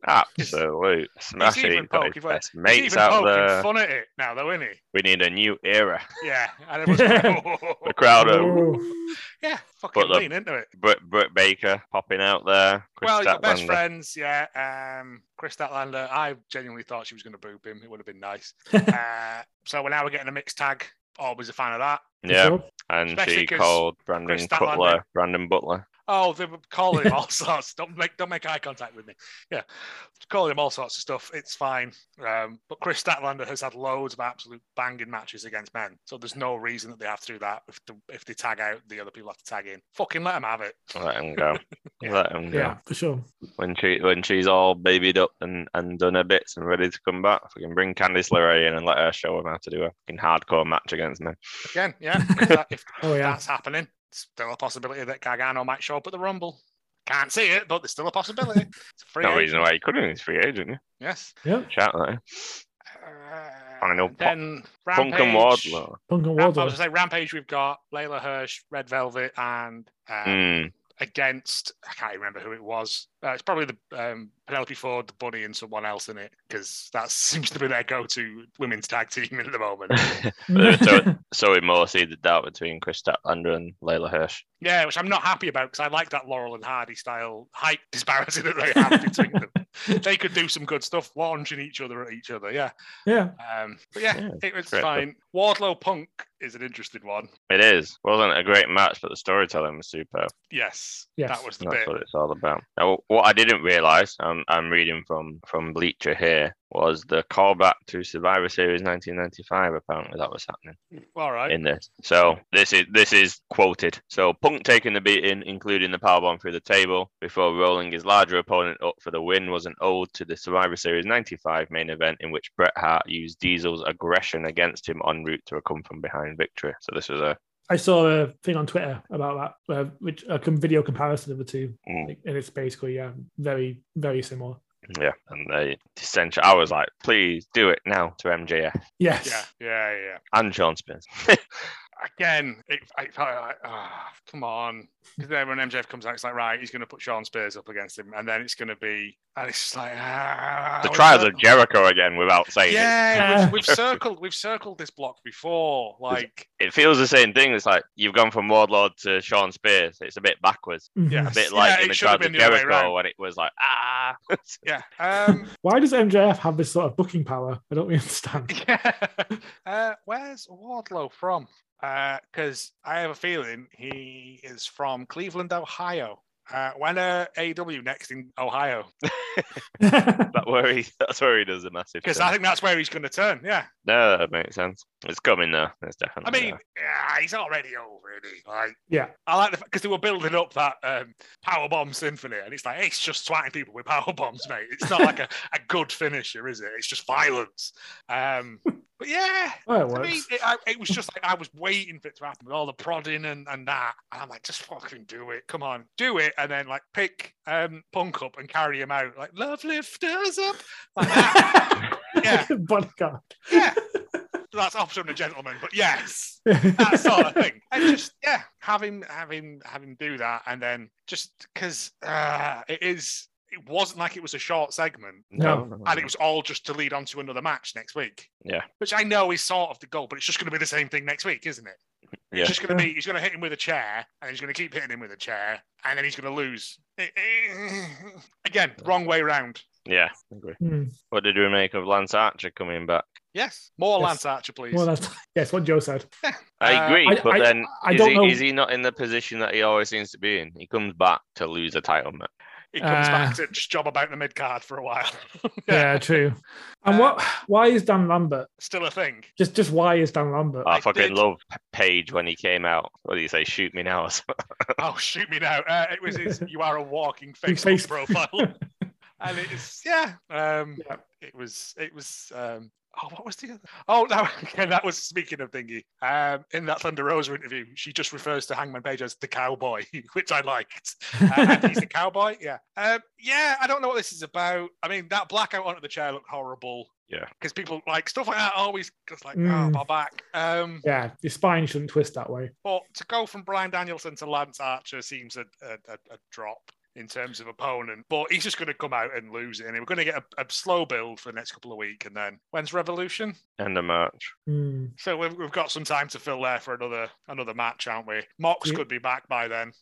Absolute smashing.
even
He's got
poking
his
fun-
best
He's
mates
even
out
poking
there.
fun at it now, though, isn't he?
We need a new era.
Yeah. And everyone's like,
The crowd are
Oh,
Yeah, fucking
But the-
lean into it.
Britt, Britt Baker popping out there. Chris
well, your best
Statlander.
friends, yeah. Um, Chris Statlander, I genuinely thought she was going to boob him. It would have been nice. uh, so we're now we're getting a mixed tag. Always a fan of that.
for
Yeah,
sure.
and
Especially
she
'cause
called Brandon
Chris Stanley-
Butler. Brandon Butler.
Oh, they were calling him all sorts. Don't make don't make eye contact with me. Yeah, calling him all sorts of stuff. It's fine. Um, but Chris Statlander has had loads of absolute banging matches against men, so there's no reason that they have to do that if the, if they tag out the other people have to tag in. Fucking let them have it.
Let him go.
Yeah.
Let him go.
Yeah, for sure.
When she when she's all babied up and, and done her bits and ready to come back, we can bring Candice LeRae in and let her show him how to do a fucking hardcore match against me.
Again, yeah. If, that, if
Oh yeah.
that's happening, it's still a possibility that Gargano might show up at the Rumble. Can't see it, but there's still a possibility. It's a free
No
agent.
reason why he couldn't. He's free agent. yeah.
Yes.
Yeah.
Shout that. eh?
Uh,
Final pop-
then
Punk and
Rampage-
Wardlow.
Punk and
Ram- I was
Wardlow.
gonna say Rampage. We've got Layla Hirsch, Red Velvet, and um,
Mm.
against I can't remember who it was. Uh, it's probably the um, Penelope Ford, the Bunny, and someone else in it because that seems to be their go-to women's tag team at the moment.
so, Hmm. so it more seeded the doubt between Chris Statlander and Layla Hirsch.
yeah, which I'm not happy about because I like that Laurel and Hardy style height disparity that they have between them. They could do some good stuff, launching each other at each other. Yeah,
yeah.
um, but yeah,
Yeah,
it was
correct.
fine. Wardlow Punk is an interesting one.
It is. Wasn't a great match, but the storytelling was superb.
Yes,
Yes.
that was the
That's
bit.
what it's all about. Now, what I didn't realize, um, I'm reading from from Bleacher here, was the callback to Survivor Series 1995. Apparently, that was happening
All right.
in this. So this is this is quoted. So Punk taking the beating, including the powerbomb through the table, before rolling his larger opponent up for the win, was an ode to the Survivor Series 95 main event in which Bret Hart used Diesel's aggression against him en route to a come from behind victory. So this was a
I saw a thing on Twitter about that, where, which a com- video comparison of the two,
Mm.
Like, and it's basically yeah, very very similar.
yeah, and they essentially I was like, please do it now to MJF.
Yes.
Yeah, yeah, yeah.
and Sean Spears.
again, it, I felt like, ah, come on. Because then when MJF comes out, it's like, right, he's going to put Sean Spears up against him. And then it's going to be, and it's just like, ah.
the
we've
trials
cir-
of Jericho again, without saying
Yeah,
Yeah.
we've, we've circled, we've circled this block before. Like,
it. It feels the same thing. It's like you've gone from Wardlord to Sean Spears. It's a bit backwards.
Mhm.
yeah,
A bit like
yeah,
in the
it should have
trials of
been the other way
Jericho
around.
when it was like ah.
Yeah. Um,
Why does MJF have this sort of booking power? I don't really understand.
yeah. Uh, where's Wardlow from? Because I have a feeling he is from Cleveland, Ohio. Uh, when are AW next in Ohio?
that where he, that's where he does the massive.
Because
turn.
I think that's where he's going to turn. Yeah.
no, that makes sense. It's coming though. It's
I
definitely.
mean,
there.
yeah, he's already over, isn't he? Like,
yeah,
I like the because they were building up that um, power bomb symphony, and it's like it's just swatting people with power bombs, mate. It's not like a, a good finisher, is it? It's just violence. Um, but yeah,
well, it
I
works.
mean, it, I, it was just like I was waiting for it to happen with all the prodding and, and that, and I'm like, just fucking do it, come on, do it, and then like pick um, Punk up and carry him out, like love lifters up, like that. yeah.
Bodyguard.
yeah. That's opposite of a gentleman, but yes that sort of thing. And just yeah, have him have him have him do that, and then just because uh, it is, it wasn't like it was a short segment,
no,
and it was all just to lead on to another match next week.
Yeah.
which I know is sort of the goal, but it's just going to be the same thing next week, isn't it?
Yeah.
It's just going to be he's going to hit him with a chair, and he's going to keep hitting him with a chair, and then he's going to lose. Eh, Again, wrong way round.
yeah. I agree.
Hmm.
What did we make of Lance Archer coming back?
Yes, more
Yes.
Lance Archer, please.
Well, that's yes. What Joe said.
I
Uh,
agree,
I-
but
I-
then
I
is,
don't
he,
know-
is he not in the position that he always seems to be in? He comes back to lose a title match.
He comes back
Uh,
to just job about the mid card for a while.
Yeah, true. And what? Why is Dan Lambert?
Still a thing.
Just, just why is Dan Lambert?
I,
I
fucking
did-
love Paige when he came out. What do you say? Shoot me now. or something.
Oh, shoot me now. Uh, it was his, you are a walking
You
Facebook
face-
profile. and it's, yeah, um,
Yeah.
It was, it was, um, oh, what was the other? Oh, that, again, that was speaking of thingy. Um, in that Thunder Rosa interview, she just refers to Hangman Page as the cowboy, which I liked. Uh, and he's the cowboy, yeah. Um, yeah, I don't know what this is about. I mean, that blackout onto the chair looked horrible.
Yeah.
Because people like stuff like that always just like, oh,
Mm.
my back. Um,
yeah, your spine shouldn't twist that way.
but to go from Brian Danielson to Lance Archer seems a, a, a, a drop in terms of opponent. But he's just going to come out and lose it. And we're going to get a, a slow build for the next couple of weeks. And then when's Revolution?
End of March.
Hmm.
So we've, we've got some time to fill there for another another match, aren't we? Mox
Yeah.
could be back by then.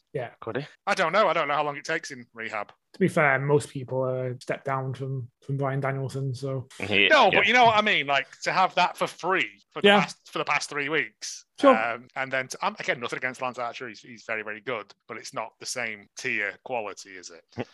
Could he?
I don't know. I don't know how long it takes in rehab.
to be fair, most people are a step down from from Brian Danielson. So
He-
No,
yeah.
but you know what I mean. Like to have that for free for the
Yeah.
past for the past three weeks.
Sure.
Um, and then to, um, again, nothing against Lance Archer. He's, he's very very good, but it's not the same tier quality, is it?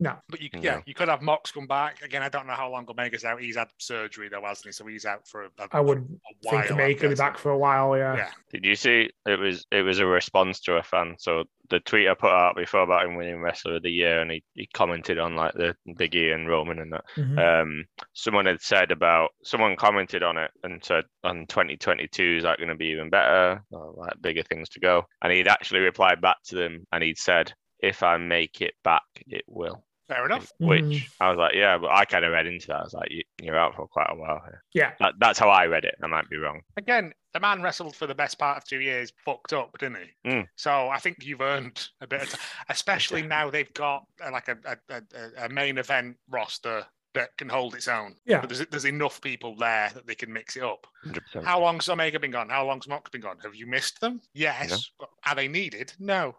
no.
But you,
No.
yeah, you could have Mox come back again. I don't know how long Omega's out. He's had surgery though, hasn't he? So he's out for a, a,
I would
a while.
think
I'm
Omega could be
guessing.
back for a while. Yeah.
Yeah.
Did you see? It was it was a response to a fan. So the tweet I put out before about him winning Wrestler of the Year, and he, he commented on like the Big E and Roman and that.
Mhm.
Mm.
Um, someone had said about someone commented on it and said on 2022 is that going to be even better or like bigger things to go. And he'd actually replied back to them, and he'd said, "If I make it back, it will."
Fair enough. Mm.
Which I was like, yeah, but I kind of read into that. I was like, you, you're out for quite a while here.
Yeah.
That, that's how I read it. I might be wrong.
Again, the man wrestled for the best part of two years, fucked up, didn't he?
Mm.
So I think you've earned a bit of time, especially now they've got uh, like a, a, a, a main event roster that can hold its own.
Yeah.
But there's, there's enough people there that they can mix it up.
100%.
How long's Omega been gone? How long's Mox been gone? Have you missed them? Yes. But Are they needed? No.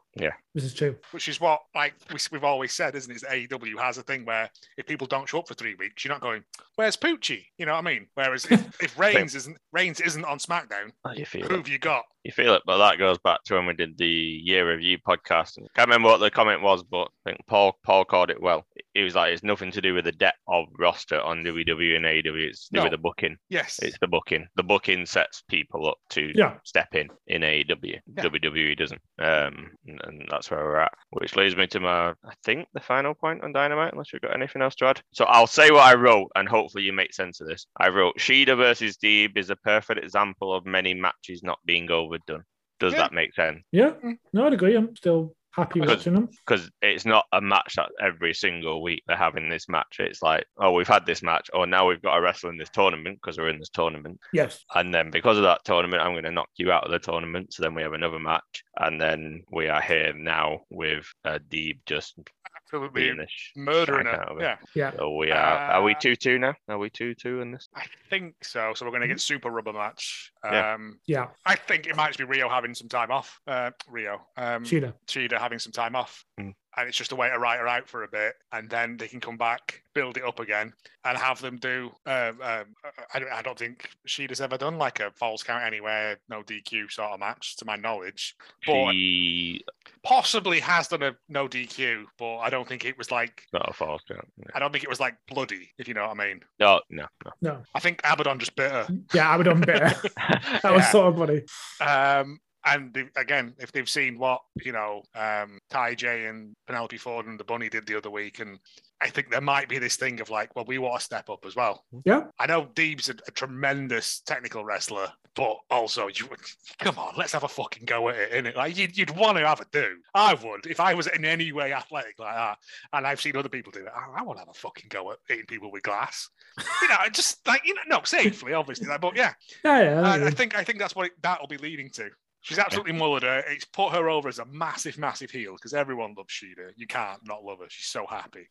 This is true.
Which is what, like, we, we've always said, isn't it? Is that AEW has a thing where if people don't show up for three weeks, you're not going, "Where's Poochie?" You know what I mean? Whereas if, if Reigns isn't Reigns isn't on SmackDown,
Oh, you feel
who
it.
have you got?
You feel it. But that goes back to when we did the year review podcast. And I can't remember what the comment was, but I think Paul Paul called it well. He was like, it's nothing to do with the depth of roster on WWE and AEW. It's to do with
No.
the booking.
Yes.
It's the booking. The booking sets people up to
Yeah.
step in in E AEW.
Yeah.
WWE E doesn't. Um, and, and that's where we're at. Which leads me to my, I think, the final point on Dynamite, unless you've got anything else to add. So I'll say what I wrote, and hopefully you make sense of this. I wrote Sheeda versus Deeb is a perfect example of many matches not being overdone. Does
Yeah.
that make sense?
Yeah.
Mm.
No, I'd agree. I'm still happy
Because-
watching them.
Because it's not a match that every single week they're having this match. It's like, oh, we've had this match, or now we've got to wrestle in this tournament because we're in this tournament.
Yes.
And then because of that tournament, I'm going to knock you out of the tournament. So then we have another match. And then we are here now with uh, Deeb just
absolutely
being the sh-
murdering
shite
her.
out of it.
Yeah,
Yeah.
So we are. are we
Uh,
2 2 now? Are we 2 2 in this?
I think so. So we're going to get super rubber match. Um,
Mm-hmm. Yeah.
Yeah.
I think it might just be Rio having some time off. Uh, Rio. Um,
Sheena.
Cheetah having some time off.
Mm.
And it's just a way to write her out for a bit, and then they can come back, build it up again, and have them do. Um, um, I, don't, I don't think Sheeta's ever done like a false count anywhere, no DQ sort of match, to my knowledge. But
She.
possibly has done a no DQ, but I don't think it was like
Not a false count.
I don't think it was like bloody, if you know what I mean.
No, no, no.
I think Abaddon just bit her.
Yeah. I would have done better. that was
Yeah.
sort of funny.
Um, and they- again, if they've seen what you know, um, Ty J and Penelope Ford and the Bunny did the other week, and I think there might be this thing of like, well, we want to step up as well.
Yeah.
I know Deeb's a, a tremendous technical wrestler, but also you would come on, let's have a fucking go at it, innit? Like you'd, you'd want to have a do. I would if I was in any way athletic like that, and I've seen other people do that. I, I want to have a fucking go at hitting people with glass. you know, just like you know, no, safely, obviously, like, but yeah.
Yeah. Yeah. I
I, I
agree.
think I think that's what it, that'll be leading to. She's absolutely mullered her. It's put her over as a massive, massive heel because everyone loves Sheeta. You can't not love her. She's so happy.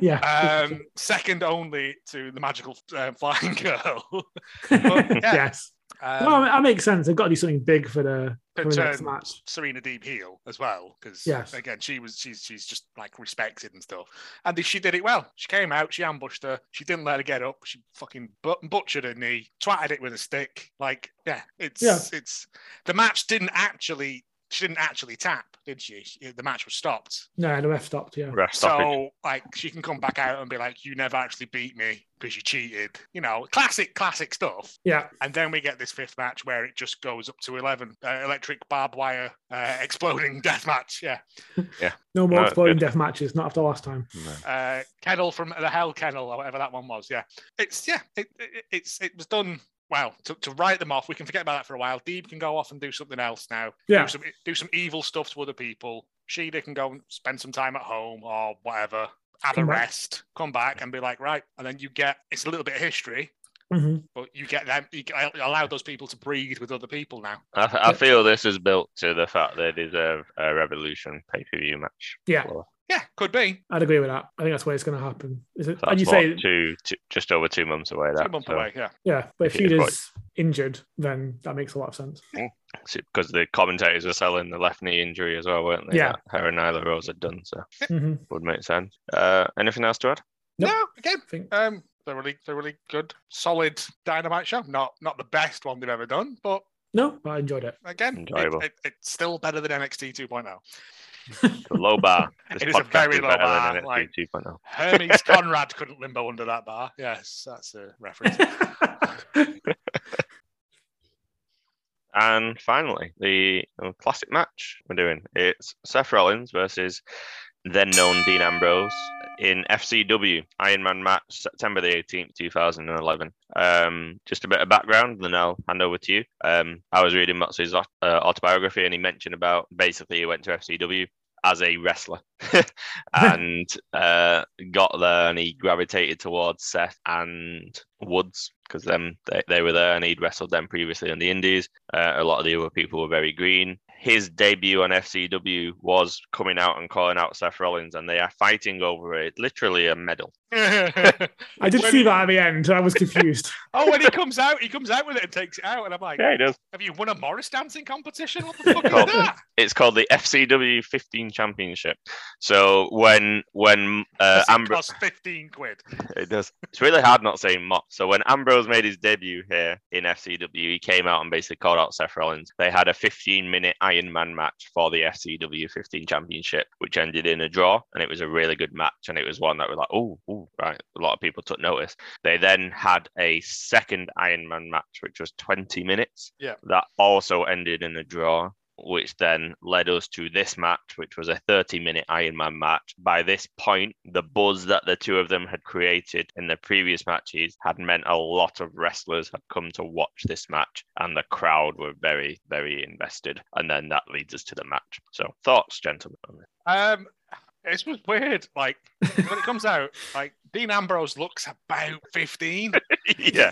yeah.
Um, second only to the magical um, flying girl. yeah.
Yes.
Um,
No, that makes sense. They've got to do something big for the,
but,
for the next
um,
match.
Serena Deeb heel as well because
Yes.
again she was she's she's just like respected and stuff and she did it well she came out she ambushed her she didn't let her get up she fucking but- butchered her knee twatted it with a stick like yeah it's
Yeah.
it's the match didn't actually she didn't actually tap did she She- the match was stopped
No, the ref stopped. Yeah.
Rest stoppage.
so like she can come back out and be like you never actually beat me because you cheated you know classic classic stuff
Yeah.
and then we get this fifth match where it just goes up to 11 uh, electric barbed wire uh, exploding death match. Yeah.
No more
No,
exploding
good.
death matches. Not after last time.
Uh, kennel from the hell kennel or whatever that one was. Yeah. It's, yeah, it, it, it's, it was done. Well, to, to write them off, we can forget about that for a while. Deeb can go off and do something else now.
Yeah.
Do some, e, do some evil stuff to other people. Sheeda can go and spend some time at home or whatever. Have
Come
a
back.
rest, come back and be like, right. And then you get, it's a little bit of history,
hmm
but you get them, you get- allow those people to breathe with other people now.
I, I feel this is built to the fact they deserve a Revolution pay per view match.
Yeah.
Well,
Yeah, could be.
I'd agree with that. I think that's where it's going to happen. Is it?
that's
And you
what,
say,
two, two, just over two months away.
Two
that,
months
so-
away, yeah.
yeah, but if
Yeah,
Sheeta's injured, then that makes a lot of sense.
because the commentators were selling the left knee injury as well, weren't they?
Yeah.
that Her and Nyla Rose had done so.
hmm
Would make sense. Uh, anything else to add?
Nope.
No, again,
I think
um, thoroughly, thoroughly good, solid dynamite show. Not, not the best one they've ever done, but
no, but I enjoyed it.
again, it,
Enjoyable.
it, it's still better than NXT 2.0.
It's a low bar. This
oh. It is a
podcast
very
is
low
better than
bar,
NXT
like-
2.0.
Hermes Conrad couldn't limbo under that bar. Yes, that's a reference.
And finally, the uh, classic match we're doing. It's Seth Rollins versus then known Dean Ambrose in FCW Iron Man match September the 18th, 2011. Um, just a bit of background, then I'll hand over to you. Um, I was reading Moxley's au- uh, autobiography, and he mentioned about basically he went to FCW as a wrestler and uh, got there and he gravitated towards Seth and Woods because them they, they were there and he'd wrestled them previously in the Indies. Uh, a lot of the other people were very green. His debut on FCW was coming out and calling out Seth Rollins, and they are fighting over a, literally a medal.
I did
When-
see that at the end. I was confused.
oh, when he comes out, he comes out with it and takes it out, and I'm like,
he does.
"Have you won a Morris dancing competition? What the fuck
Oh.
is that?"
It's called the FCW 15 Championship. So when when uh,
Does it
Ambrose,
cost fifteen quid.
it does. It's really hard not saying Mott. So when Ambrose made his debut here in FCW, he came out and basically called out Seth Rollins. They had a 15-minute Iron Man match for the FCW 15 Championship, which ended in a draw, and it was a really good match, and it was one that was like, oh, ooh, right. A lot of people took notice. They then had a second Iron Man match, which was 20 minutes.
Yeah.
That also ended in a draw, which then led us to this match, which was a 30 minute Iron Man match. By this point, the buzz that the two of them had created in the previous matches had meant a lot of wrestlers had come to watch this match, and the crowd were very, very invested. And then that leads us to the match. So, thoughts, gentlemen?
Um, this was weird. Like when it comes out, like Dean Ambrose looks about fifteen.
yeah.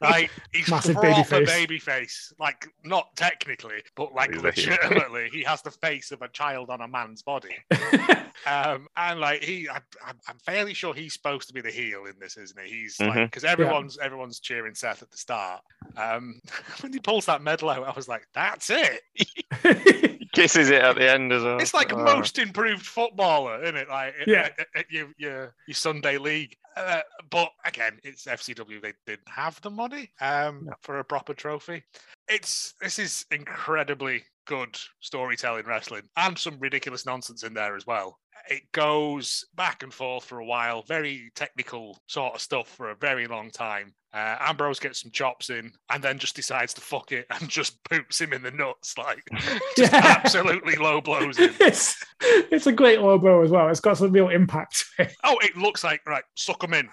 Like he's
Massive
proper
babyface.
baby face. Like not technically, but like
He's a heel.
legitimately, he has the face of a child on a man's body. Um, and like he, I, I'm, I'm fairly sure he's supposed to be the heel in this, isn't he? He's
Mm-hmm.
like because everyone's everyone's cheering Seth at the start. Um, when he pulls that medal out, I was like, that's it.
Kisses it at the end as well.
It's like
Oh.
most improved footballer, isn't it? Like at-
Yeah.
at, at your, your your Sunday league. Uh, but again, it's FCW. They didn't have the money um, for a proper trophy. It's this is incredibly good storytelling wrestling and some ridiculous nonsense in there as well. It goes back and forth for a while, very technical sort of stuff for a very long time. Uh, Ambrose gets some chops in and then just decides to fuck it and just poops him in the nuts, like just
Yeah.
absolutely low blows him.
it's, it's a great logo as well. It's got some real impact.
Oh, it looks like right. Suck him in.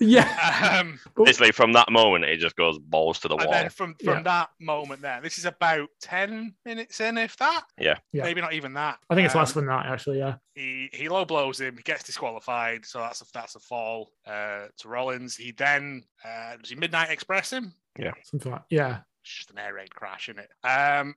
yeah.
Um,
Basically, from that moment, it just goes balls to the
and
wall.
then from from
Yeah.
that moment, there, this is about ten minutes in, if that.
Yeah.
Yeah.
Maybe not even that.
I think it's
Um,
less than that, actually. Yeah.
He he low blows him. He gets disqualified. So that's a that's a fall uh, to Rollins. He then uh, does he midnight express him.
Something like Yeah.
It's just an air raid crash in it. Um,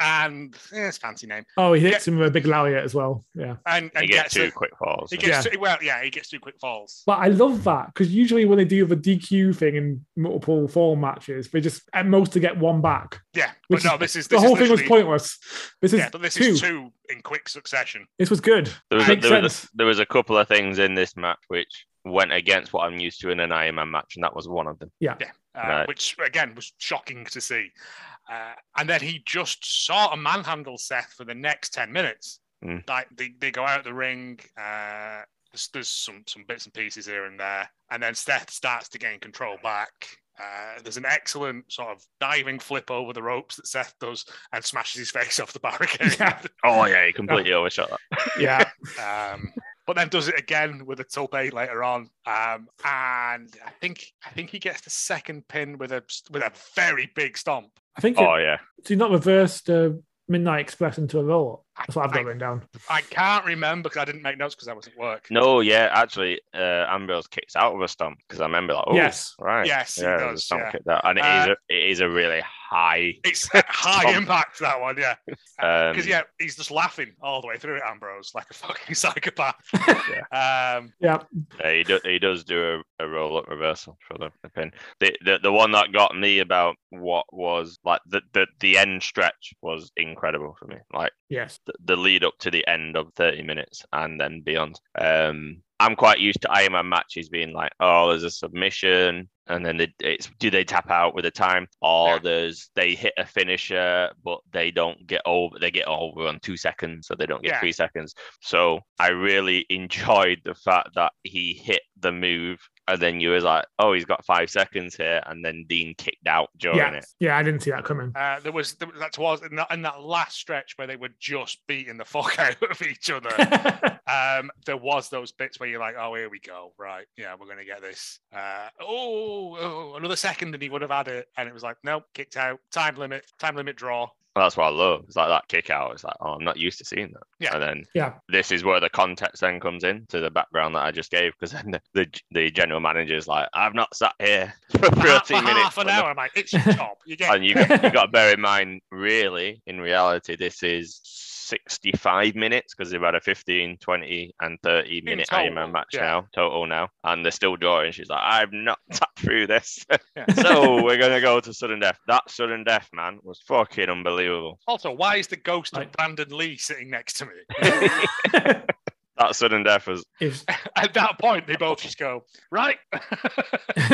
and yeah, it's a fancy name.
Oh, he hits him with a big lariat as well. Yeah.
And, and
you get
gets
two
a,
quick falls.
he gets two, well, yeah, he gets two quick falls.
But I love that because usually when they do the DQ thing in multiple form matches, they just at most to get one back.
Yeah, but
Which is-
no, this is
The
this
whole
is
thing was
literally-
pointless. This is
Yeah, but this
two.
is two in quick succession.
This was good.
There was, a,
Makes
there, was a,
sense.
there was a couple of things in this match which went against what I'm used to in an Iron Man match, and that was one of them.
Yeah, uh,
Right.
which again was shocking to see. Uh, and then he just sort of manhandles Seth for the next 10 minutes.
Mm.
Like they, they go out the ring, uh, there's, there's some, some bits and pieces here and there. And then Seth starts to gain control back. Uh, there's an excellent sort of diving flip over the ropes that Seth does and smashes his face off the barricade.
Yeah.
Oh yeah, he completely overshot that.
Yeah.
um, but then does it again with a tope later on, um, and I think I think he gets the second pin with a with a very big stomp.
I think
Oh
it,
yeah,
do you not reverse the Midnight Express into a roll up. That's what I've got
I-
written down.
I can't remember because I didn't make notes because I was at work.
no, yeah. Actually, uh, Ambrose kicks out of a stomp because I remember like, oh
yes.
right,
Yes, he
yeah, there's a
does,
stomp
yeah.
kick there. and it is
Uh,
a, it is a really high.
It's high
Tom.
impact that one, yeah.
Um,
Because uh, yeah, he's just laughing all the way through it, Ambrose, like a fucking psychopath. Um,
Yeah,
Yeah, he, do, he does do a, a roll up reversal for the, the pin. The, the the one that got me about what was like the, the, the end stretch was incredible for me. Like
yes.
the, the lead up to the end of 30 minutes and then beyond. Um, I'm quite used to Iron Man matches being like, oh, there's a submission, and then they, it's do they tap out with the time, or
Yeah.
there's they hit a finisher, but they don't get over, they get over on two seconds, so they don't get
Yeah.
three seconds. So I really enjoyed the fact that he hit the move. And then you was like, oh, he's got five seconds here, and then Dean kicked out during
Yeah.
it.
yeah, I didn't see that coming.
uh, there was there, that was in that, in that last stretch where they were just beating the fuck out of each other. um, there was those bits where you're like, oh, here we go, right? Yeah, we're gonna get this. Uh, oh, oh, another second, and he would have had it, and it was like, nope, kicked out. Time limit, time limit draw.
Well, that's what I love. It's like that kick out. It's like, oh, I'm not used to seeing that.
Yeah.
And then
yeah,
this is where the context then comes in to the background that I just gave because then the, the the general manager's like, I've not sat here for 30
For half, for
minutes.
half an
for
hour. I'm like, it's your job. You get
and you got, you got to bear in mind, really, in reality, this is 65 minutes because they've had a 15, 20, and 30 minute Iron Man
total,
match
yeah.
now, total now. And they're still drawing. She's like, I've not tapped through this.
Yeah.
so we're going to go to sudden death. That sudden death, man, was fucking unbelievable.
Also, why is the ghost
Right.
of Brandon Lee sitting next to me?
That sudden death was
If-
At that point, they both just go, right,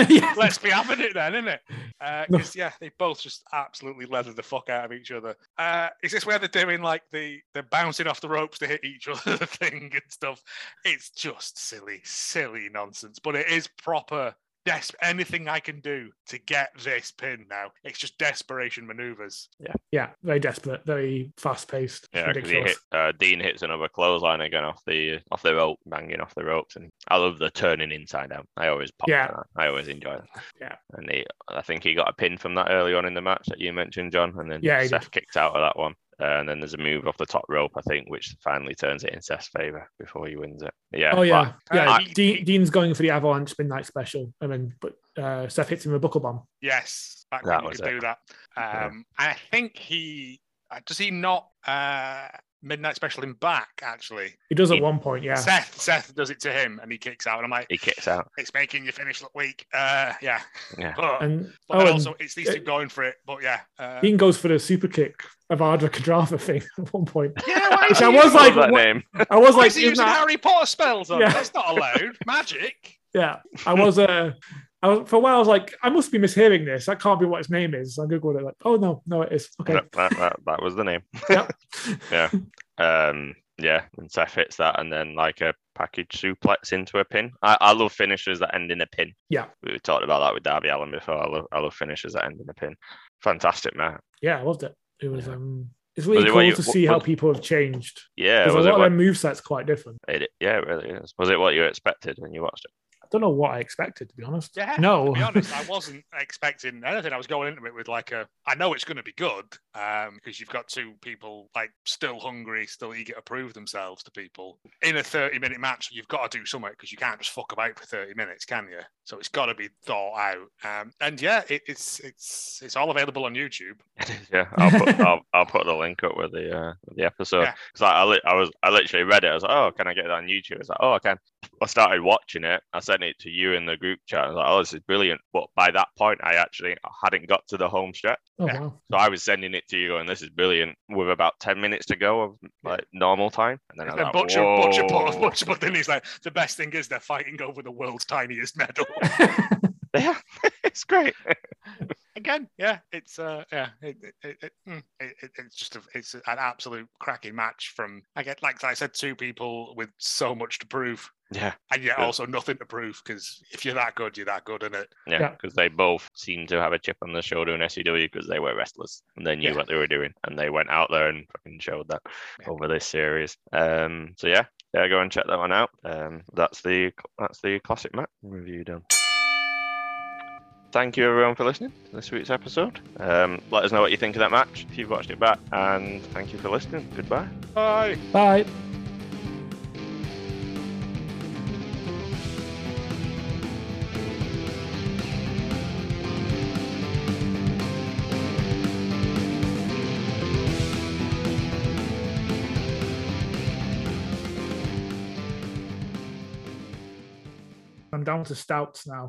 yeah.
let's be having it then, isn't it?
No.
Because, yeah, they both just absolutely leather the fuck out of each other. Uh, is this where they're doing like the, they're bouncing off the ropes to hit each other thing and stuff? It's just silly, silly nonsense, but it is proper. Des- anything I can do to get this pin now. It's just desperation maneuvers.
yeah, very desperate, very fast paced,
Yeah, because he
ridiculous.
hit, uh, Dean hits another clothesline again off the off the rope, banging off the ropes, and I love the turning inside out. I always pop.
Yeah.
for that. I always enjoy that.
Yeah.
and he, I think he got a pin from that early on in the match that you mentioned, John, and then
Yeah, he
Seth kicked out of that one. Uh, and then there's a move off the top rope, I think, which finally turns it in Seth's favor before he wins it. Yeah.
Oh yeah,
but-
yeah.
Uh, he-
Dean,
he-
Dean's going for the Avalanche Midnight Special, and then but uh, Seth hits him with a buckle bomb.
Yes, back
That
when
was
you could
it.
do that.
Yeah.
Um, and I think he uh, does he not uh, midnight special him back actually.
He does at
He-
one point, yeah.
Seth Seth does it to him and he kicks out. And I'm like,
he kicks out.
it's making you finish look weak. Uh, yeah,
Yeah.
But,
and
but
oh,
then
and
also it's these two going for it. But yeah, uh,
Dean goes for the super kick of Ardra Kadrava thing at one point.
yeah. Why is
Which I
he
was
Love
using-
like,
that
what-
name.
I was
why
like,
is he
in
using
that-
Harry Potter spells on?
Yeah.
That's not allowed. Magic.
yeah, I was. Uh, I was, for a while, I was like, I must be mishearing this. That can't be what his name is. I googled it. Like, oh no, no, it is. Okay,
That, that, that, that was the name.
yeah,
Um, yeah, and Seth hits that, and then like a package suplex into a pin. I, I love finishers that end in a pin.
Yeah.
we talked about that with Darby Allen before. I love, I love finishers that end in a pin. Fantastic, man.
yeah. I loved it. It was.
Yeah.
um It's really
it what
cool
you-
to
what-
see how
was-
people have changed.
Yeah,
Because
was
a lot
it
of
what?
their movesets quite different.
It, yeah, it really is. Was it what you expected when you watched it?
I don't know what I expected, to be honest.
Yeah,
no.
To be honest, I wasn't expecting anything. I was going into it with like a, I know it's going to be good because you've got two people like still hungry, still eager to prove themselves to people in a thirty-minute match. You've got to do something because you can't just fuck about for thirty minutes, can you? So it's got to be thought out. Um, and yeah, it, it's it's it's all available on YouTube.
yeah, I'll put I'll, I'll put the link up with the uh, with the episode.
Yeah.
'Cause I, I, li- I was I literally read it. I was like, oh, can I get it on YouTube? I was like, oh, I can. I started watching it. I sent it to you in the group chat. I was like, oh, this is brilliant. But by that point, I actually hadn't got to the home stretch.
Oh
Yeah.
wow.
So I was sending it to you, and this is brilliant. With about ten minutes to go of like normal time, and then I
And
was like,
Butcher, Butcher, put,
"Whoa."
Butcher, but then he's like, the best thing is they're fighting over the world's tiniest medal.
Yeah, it's great.
again yeah it's uh yeah it, it, it, it, mm, it, it- it's just a, it's an absolute cracking match from i get like i said two people with so much to prove
Yeah,
and yet
Yeah.
also nothing to prove because if you're that good you're that good in it
yeah,
Yeah.
because they both seemed to have a chip on their shoulder in SCW because they were wrestlers and they knew
Yeah.
what they were doing, and they went out there and fucking showed that
Yeah.
over this series. Um, so yeah, yeah, go and check that one out. Um, that's the that's the classic match review done. Thank you everyone for listening to this week's episode. Um, let us know what you think of that match if you've watched it back, and thank you for listening. Goodbye.
Bye.
Bye. I'm down to stouts now.